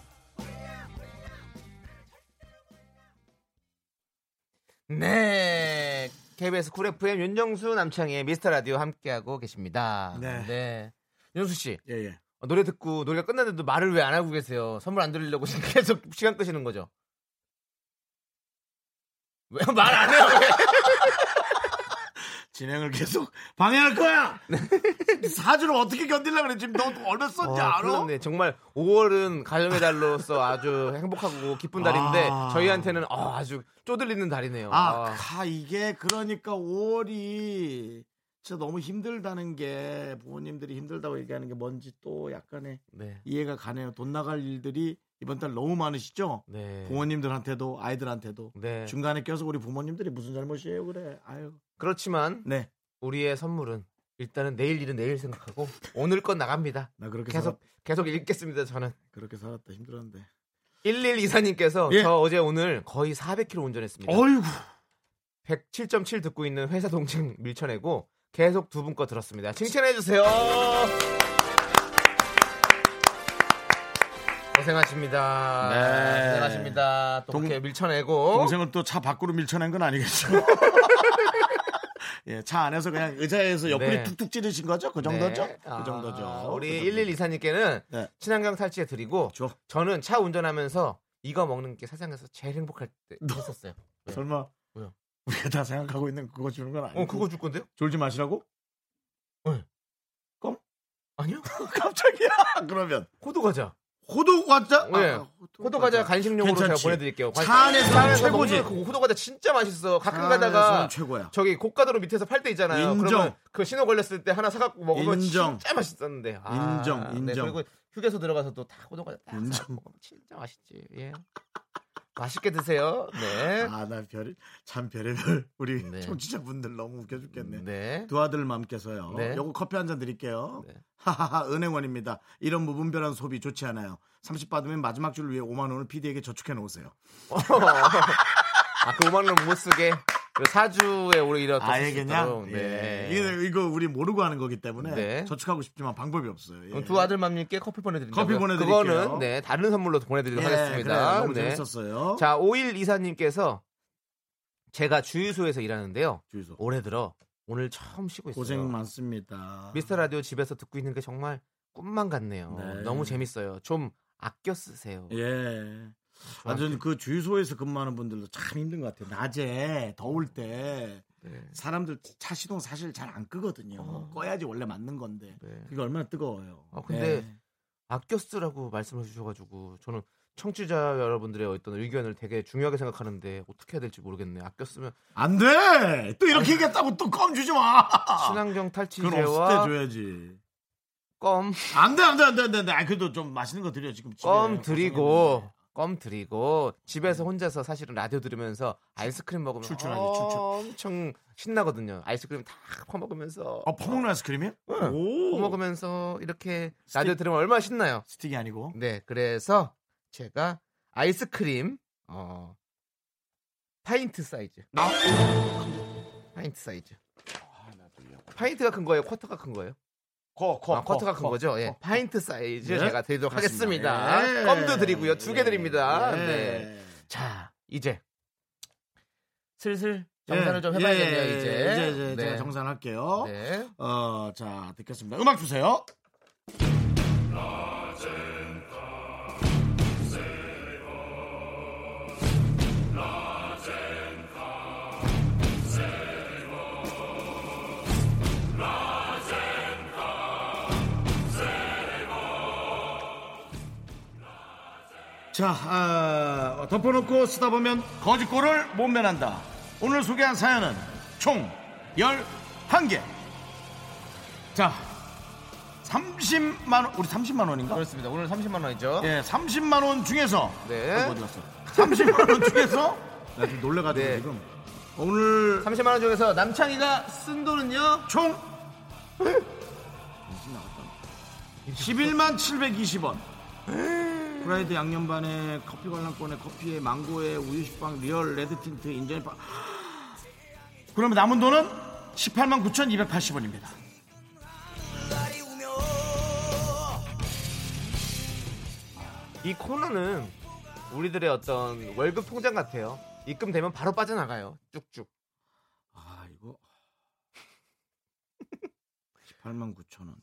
S2: 네. KBS 쿨 FM 윤정수 남창희의 미스터 라디오 함께하고 계십니다.
S1: 네.
S2: 윤수 씨.
S1: 예, 예.
S2: 어, 노래 듣고 노래가 끝났는데도 말을 왜 안 하고 계세요? 선물 안 드리려고 지금 계속 시간 끄시는 거죠? 왜 말 안 해요?
S1: 진행을 계속 방해할 거야.
S2: 네.
S1: 사주를 어떻게 견딜라 그래? 지금 너 얼마 썼지
S2: 와,
S1: 알아?
S2: 그렇네. 정말 5월은 가정의 달로서 아주 행복하고 기쁜 달인데
S1: 아.
S2: 저희한테는 어, 아주 쪼들리는 달이네요.
S1: 아,
S2: 아.
S1: 가, 이게 그러니까 5월이 진짜 너무 힘들다는 게 부모님들이 힘들다고 얘기하는 게 뭔지 또 약간의
S2: 네.
S1: 이해가 가네요. 돈 나갈 일들이 이번 달 너무 많으시죠?
S2: 네.
S1: 부모님들한테도 아이들한테도
S2: 네.
S1: 중간에 껴서 우리 부모님들이 무슨 잘못이에요 그래 아유
S2: 그렇지만
S1: 네.
S2: 우리의 선물은 일단은 내일 일은 내일 생각하고 오늘 건 나갑니다.
S1: 나 그렇게
S2: 계속 네. 계속 읽겠습니다. 저는
S1: 그렇게 살았다 힘들었는데
S2: 1124님께서
S1: 예.
S2: 저 어제 오늘 거의 400km 운전했습니다.
S1: 어이구
S2: 107.7 듣고 있는 회사 동생 밀쳐내고 계속 두 분 거 들었습니다. 칭찬해 주세요. 고생하십니다.
S1: 네.
S2: 고생하십니다. 또
S1: 동-
S2: 이렇게 밀쳐내고
S1: 동생을 또 차 밖으로 밀쳐낸 건 아니겠죠? 예, 차 안에서 그냥 의자에서 옆구리
S2: 네.
S1: 툭툭 찌르신 거죠? 그 정도죠?
S2: 네.
S1: 그 정도죠.
S2: 아,
S1: 그
S2: 우리
S1: 정도.
S2: 1124님께는
S1: 네.
S2: 친환경 탈취제 드리고 저는 차 운전하면서 이거 먹는 게 세상에서 제일 행복할 때 있었어요. 네.
S1: 설마
S2: 왜요?
S1: 우리가 다 생각하고 있는 그거 주는 건 아니고
S2: 어 그거 줄 건데요?
S1: 졸지 마시라고?
S2: 아니요.
S1: 갑자기야. 그러면
S2: 호두 과자.
S1: 호두 과자?
S2: 네.
S1: 아,
S2: 호두 과자 간식용으로 제가
S1: 괜찮지.
S2: 보내드릴게요. 관-
S1: 차 안에서는
S2: 차
S1: 최고지.
S2: 먹는 그 호두 과자 진짜 맛있어. 가끔
S1: 차
S2: 아, 가다가
S1: 안에서는 최고야.
S2: 저기 고가도로 밑에서 팔 때 있잖아요.
S1: 인정.
S2: 그러면 그 신호 걸렸을 때 하나 사갖고 먹으면
S1: 인정.
S2: 진짜 맛있었는데. 아,
S1: 인정,
S2: 네.
S1: 인정.
S2: 그리고 휴게소 들어가서 또 다 호두 과자 딱
S1: 인정.
S2: 사갖고 먹으면 진짜 맛있지. 예. 맛있게 드세요. 네.
S1: 아, 나 별, 참 별의별 우리 청취자분들 너무 웃겨 죽겠네. 두 아들 맘께서요.
S2: 네.
S1: 요거 커피 한 잔 드릴게요. 하하하, 은행원입니다. 이런 뭐 무분별한 소비 좋지 않아요. 30 받으면 마지막 줄 위에 5만 원을 PD에게 저축해 놓으세요.
S2: 아, 그 5만 원 못 쓰게 그 사주에 오히려 또
S1: 아예
S2: 쓸수
S1: 그냥
S2: 있도록.
S1: 예.
S2: 네.
S1: 이게 이거 우리 모르고 하는 거기 때문에
S2: 네.
S1: 저축하고 싶지만 방법이 없어요. 예.
S2: 그럼 두 아들맘님께 커피 보내드린다고요?
S1: 커피 보내드릴게요.
S2: 그거는 네 다른 선물로 보내드리도록
S1: 예,
S2: 하겠습니다. 네.
S1: 그래요. 너무 재밌었어요.
S2: 자, 5일 이사님께서 제가 주유소에서 일하는데요. 올해 들어 오늘 처음 쉬고 있어요.
S1: 고생 많습니다.
S2: 미스터 라디오 집에서 듣고 있는 게 정말 꿈만 같네요.
S1: 네.
S2: 너무 재밌어요. 좀 아껴 쓰세요.
S1: 예.
S2: 아,
S1: 완전 그 주유소에서 근무하는 분들도 참 힘든 것 같아요. 낮에 더울 때
S2: 네,
S1: 사람들 차 시동 사실 잘 안 끄거든요.
S2: 어.
S1: 꺼야지 원래 맞는 건데 그게 얼마나 뜨거워요.
S2: 아, 근데
S1: 네.
S2: 네. 아껴 쓰라고 말씀을 주셔가지고 저는 청취자 여러분들의 어떤 의견을 되게 중요하게 생각하는데 어떻게 해야 될지 모르겠네요. 아껴 쓰면
S1: 안 돼. 또 이렇게 얘기했다고 또 껌 주지 마.
S2: 친환경
S1: 아, 그건 없을 때
S2: 탈취제와
S1: 줘야지.
S2: 껌.
S1: 안 돼, 안 돼, 안 돼, 안 돼. 안 돼. 아, 그래도 좀 맛있는 거 드려 지금. 집에.
S2: 껌 드리고 껌 드리고 집에서 혼자서 사실은 라디오 들으면서 아이스크림 먹으면 어,
S1: 출출하지,
S2: 엄청 신나거든요. 아이스크림 다 퍼먹으면서 어,
S1: 어, 퍼먹는 아이스크림이요? 오.
S2: 퍼먹으면서 이렇게 라디오 들으면 얼마나 신나요.
S1: 스틱이 아니고.
S2: 네, 그래서 제가 아이스크림 어 파인트 사이즈.
S1: 아.
S2: 파인트 사이즈. 파인트가 큰 거예요? 쿼터가 큰 거예요?
S1: 거, 거,
S2: 아, 쿼터가 큰 거죠? 예. 파인트 사이즈
S1: 네.
S2: 제가 드리도록
S1: 그렇습니다.
S2: 하겠습니다.
S1: 예.
S2: 껌도 네. 드리고요. 두 개 드립니다.
S1: 예.
S2: 네. 자, 이제 슬슬 정산을 좀 해봐야겠네요, 이제.
S1: 이제, 예, 이제
S2: 네.
S1: 제가 정산할게요.
S2: 네.
S1: 어, 자, 듣겠습니다. 음악 주세요. 자, 아, 덮어놓고 쓰다 보면 거짓골을 못 면한다. 오늘 소개한 사연은 총 11개. 자, 30만 원, 우리 30만 원인가?
S2: 그렇습니다. 오늘 30만 원이죠.
S1: 예, 30만 원 중에서
S2: 네.
S1: 어, 어디 갔어? 30만 원 중에서 나 지금 놀래가지고
S2: 네.
S1: 지금 오늘
S2: 30만 원 중에서 남창이가 쓴 돈은요?
S1: 총 11만 720원. 프라이드 양념반에 커피 관람권에 커피에 망고에 우유식빵 리얼 레드틴트 인절이 빵. 그러면 남은 돈은 18만 9,280원입니다.
S2: 이 코너는 우리들의 어떤 월급 통장 같아요. 입금되면 바로 빠져나가요. 쭉쭉.
S1: 아 이거 18만 9천 원,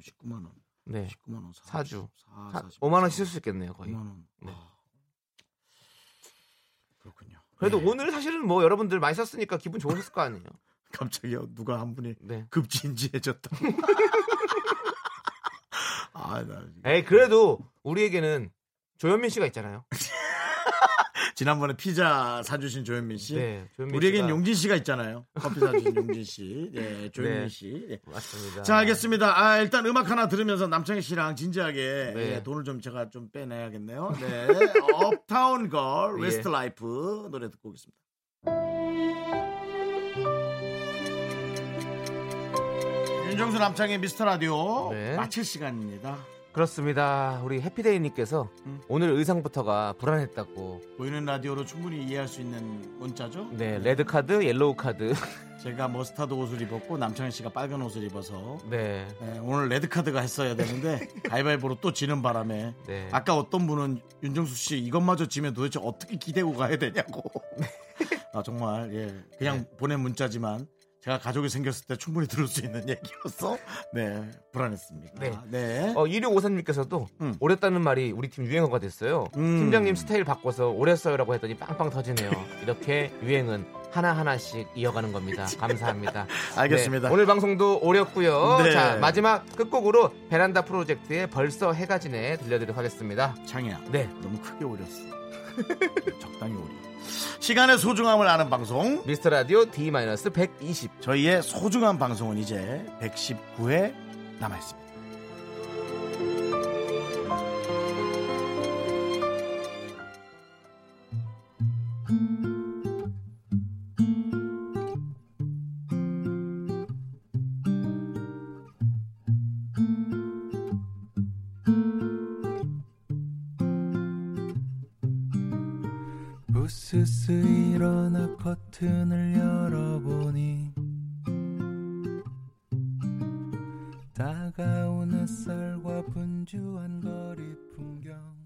S1: 19만 원,
S2: 네.
S1: 19만 원
S2: 사주.
S1: 사,
S2: 사-
S1: 40,
S2: 5만 원씩 쓸 수 있겠네요, 거의.
S1: 5만 원.
S2: 네.
S1: 아, 그렇군요.
S2: 그래도
S1: 네.
S2: 오늘 사실은 뭐 여러분들 많이 썼으니까 기분 좋으셨을 거 아니에요.
S1: 갑자기 누가 한 분이
S2: 네.
S1: 급진지해졌다. 아, 나
S2: 에이 네, 그래도 우리에게는 조현민 씨가 있잖아요.
S1: 지난번에 피자 사주신 조현민 씨.
S2: 네, 조현민
S1: 예. 우리에겐
S2: 씨가-
S1: 용진 씨가 있잖아요. 커피 사주신 용진 씨. 예, 조현민
S2: 네.
S1: 씨. 예.
S2: 맞습니다.
S1: 자, 알겠습니다. 아, 일단 음악 하나 들으면서 남창희 씨랑 진지하게
S2: 네.
S1: 예, 돈을 좀 제가 좀 빼내야겠네요. 네. 업타운 걸,
S2: 예.
S1: 웨스트 라이프 노래 듣고 오겠습니다. 윤정수 남창희 미스터 라디오
S2: 네.
S1: 마칠 시간입니다.
S2: 그렇습니다. 우리 해피데이님께서
S1: 음.
S2: 오늘 의상부터가 불안했다고.
S1: 보이는 라디오로 충분히 이해할 수 있는 문자죠?
S2: 네, 레드 카드, 옐로우 카드.
S1: 제가 머스타드 옷을 입었고 남창희 씨가 빨간 옷을 입어서
S2: 네.
S1: 네, 오늘 레드카드가 했어야 되는데 가위바위보로 또 지는 바람에
S2: 네.
S1: 아까 어떤 분은 윤정수 씨 이것마저 지면 도대체 어떻게 기대고 가야 되냐고
S2: 네.
S1: 아 정말 예 그냥 보낸 문자지만 제가 가족이 생겼을 때 충분히 들을 수 있는 얘기로서 네 불안했습니다
S2: 네.
S1: 네.
S2: 어, 2653님께서도
S1: 음.
S2: 오랬다는 말이 우리 팀 유행어가 됐어요.
S1: 음.
S2: 팀장님 스타일 바꿔서 오랬어요라고 했더니 빵빵 터지네요. 이렇게 유행은 하나하나씩 이어가는 겁니다. 감사합니다.
S1: 알겠습니다.
S2: 네, 오늘 방송도 오렸고요.
S1: 네.
S2: 자, 마지막 끝곡으로 베란다 프로젝트의 벌써 해가 지네 들려드리도록 하겠습니다.
S1: 창희야
S2: 네.
S1: 너무 크게 오렸어 네, 적당히 오려 시간의 소중함을 아는 방송
S2: 미스터 라디오 D-120
S1: 저희의 소중한 방송은 이제 119회 남아있습니다
S11: 우스스 일어나 커튼을 열어보니 다가온 햇살과 분주한 거리 풍경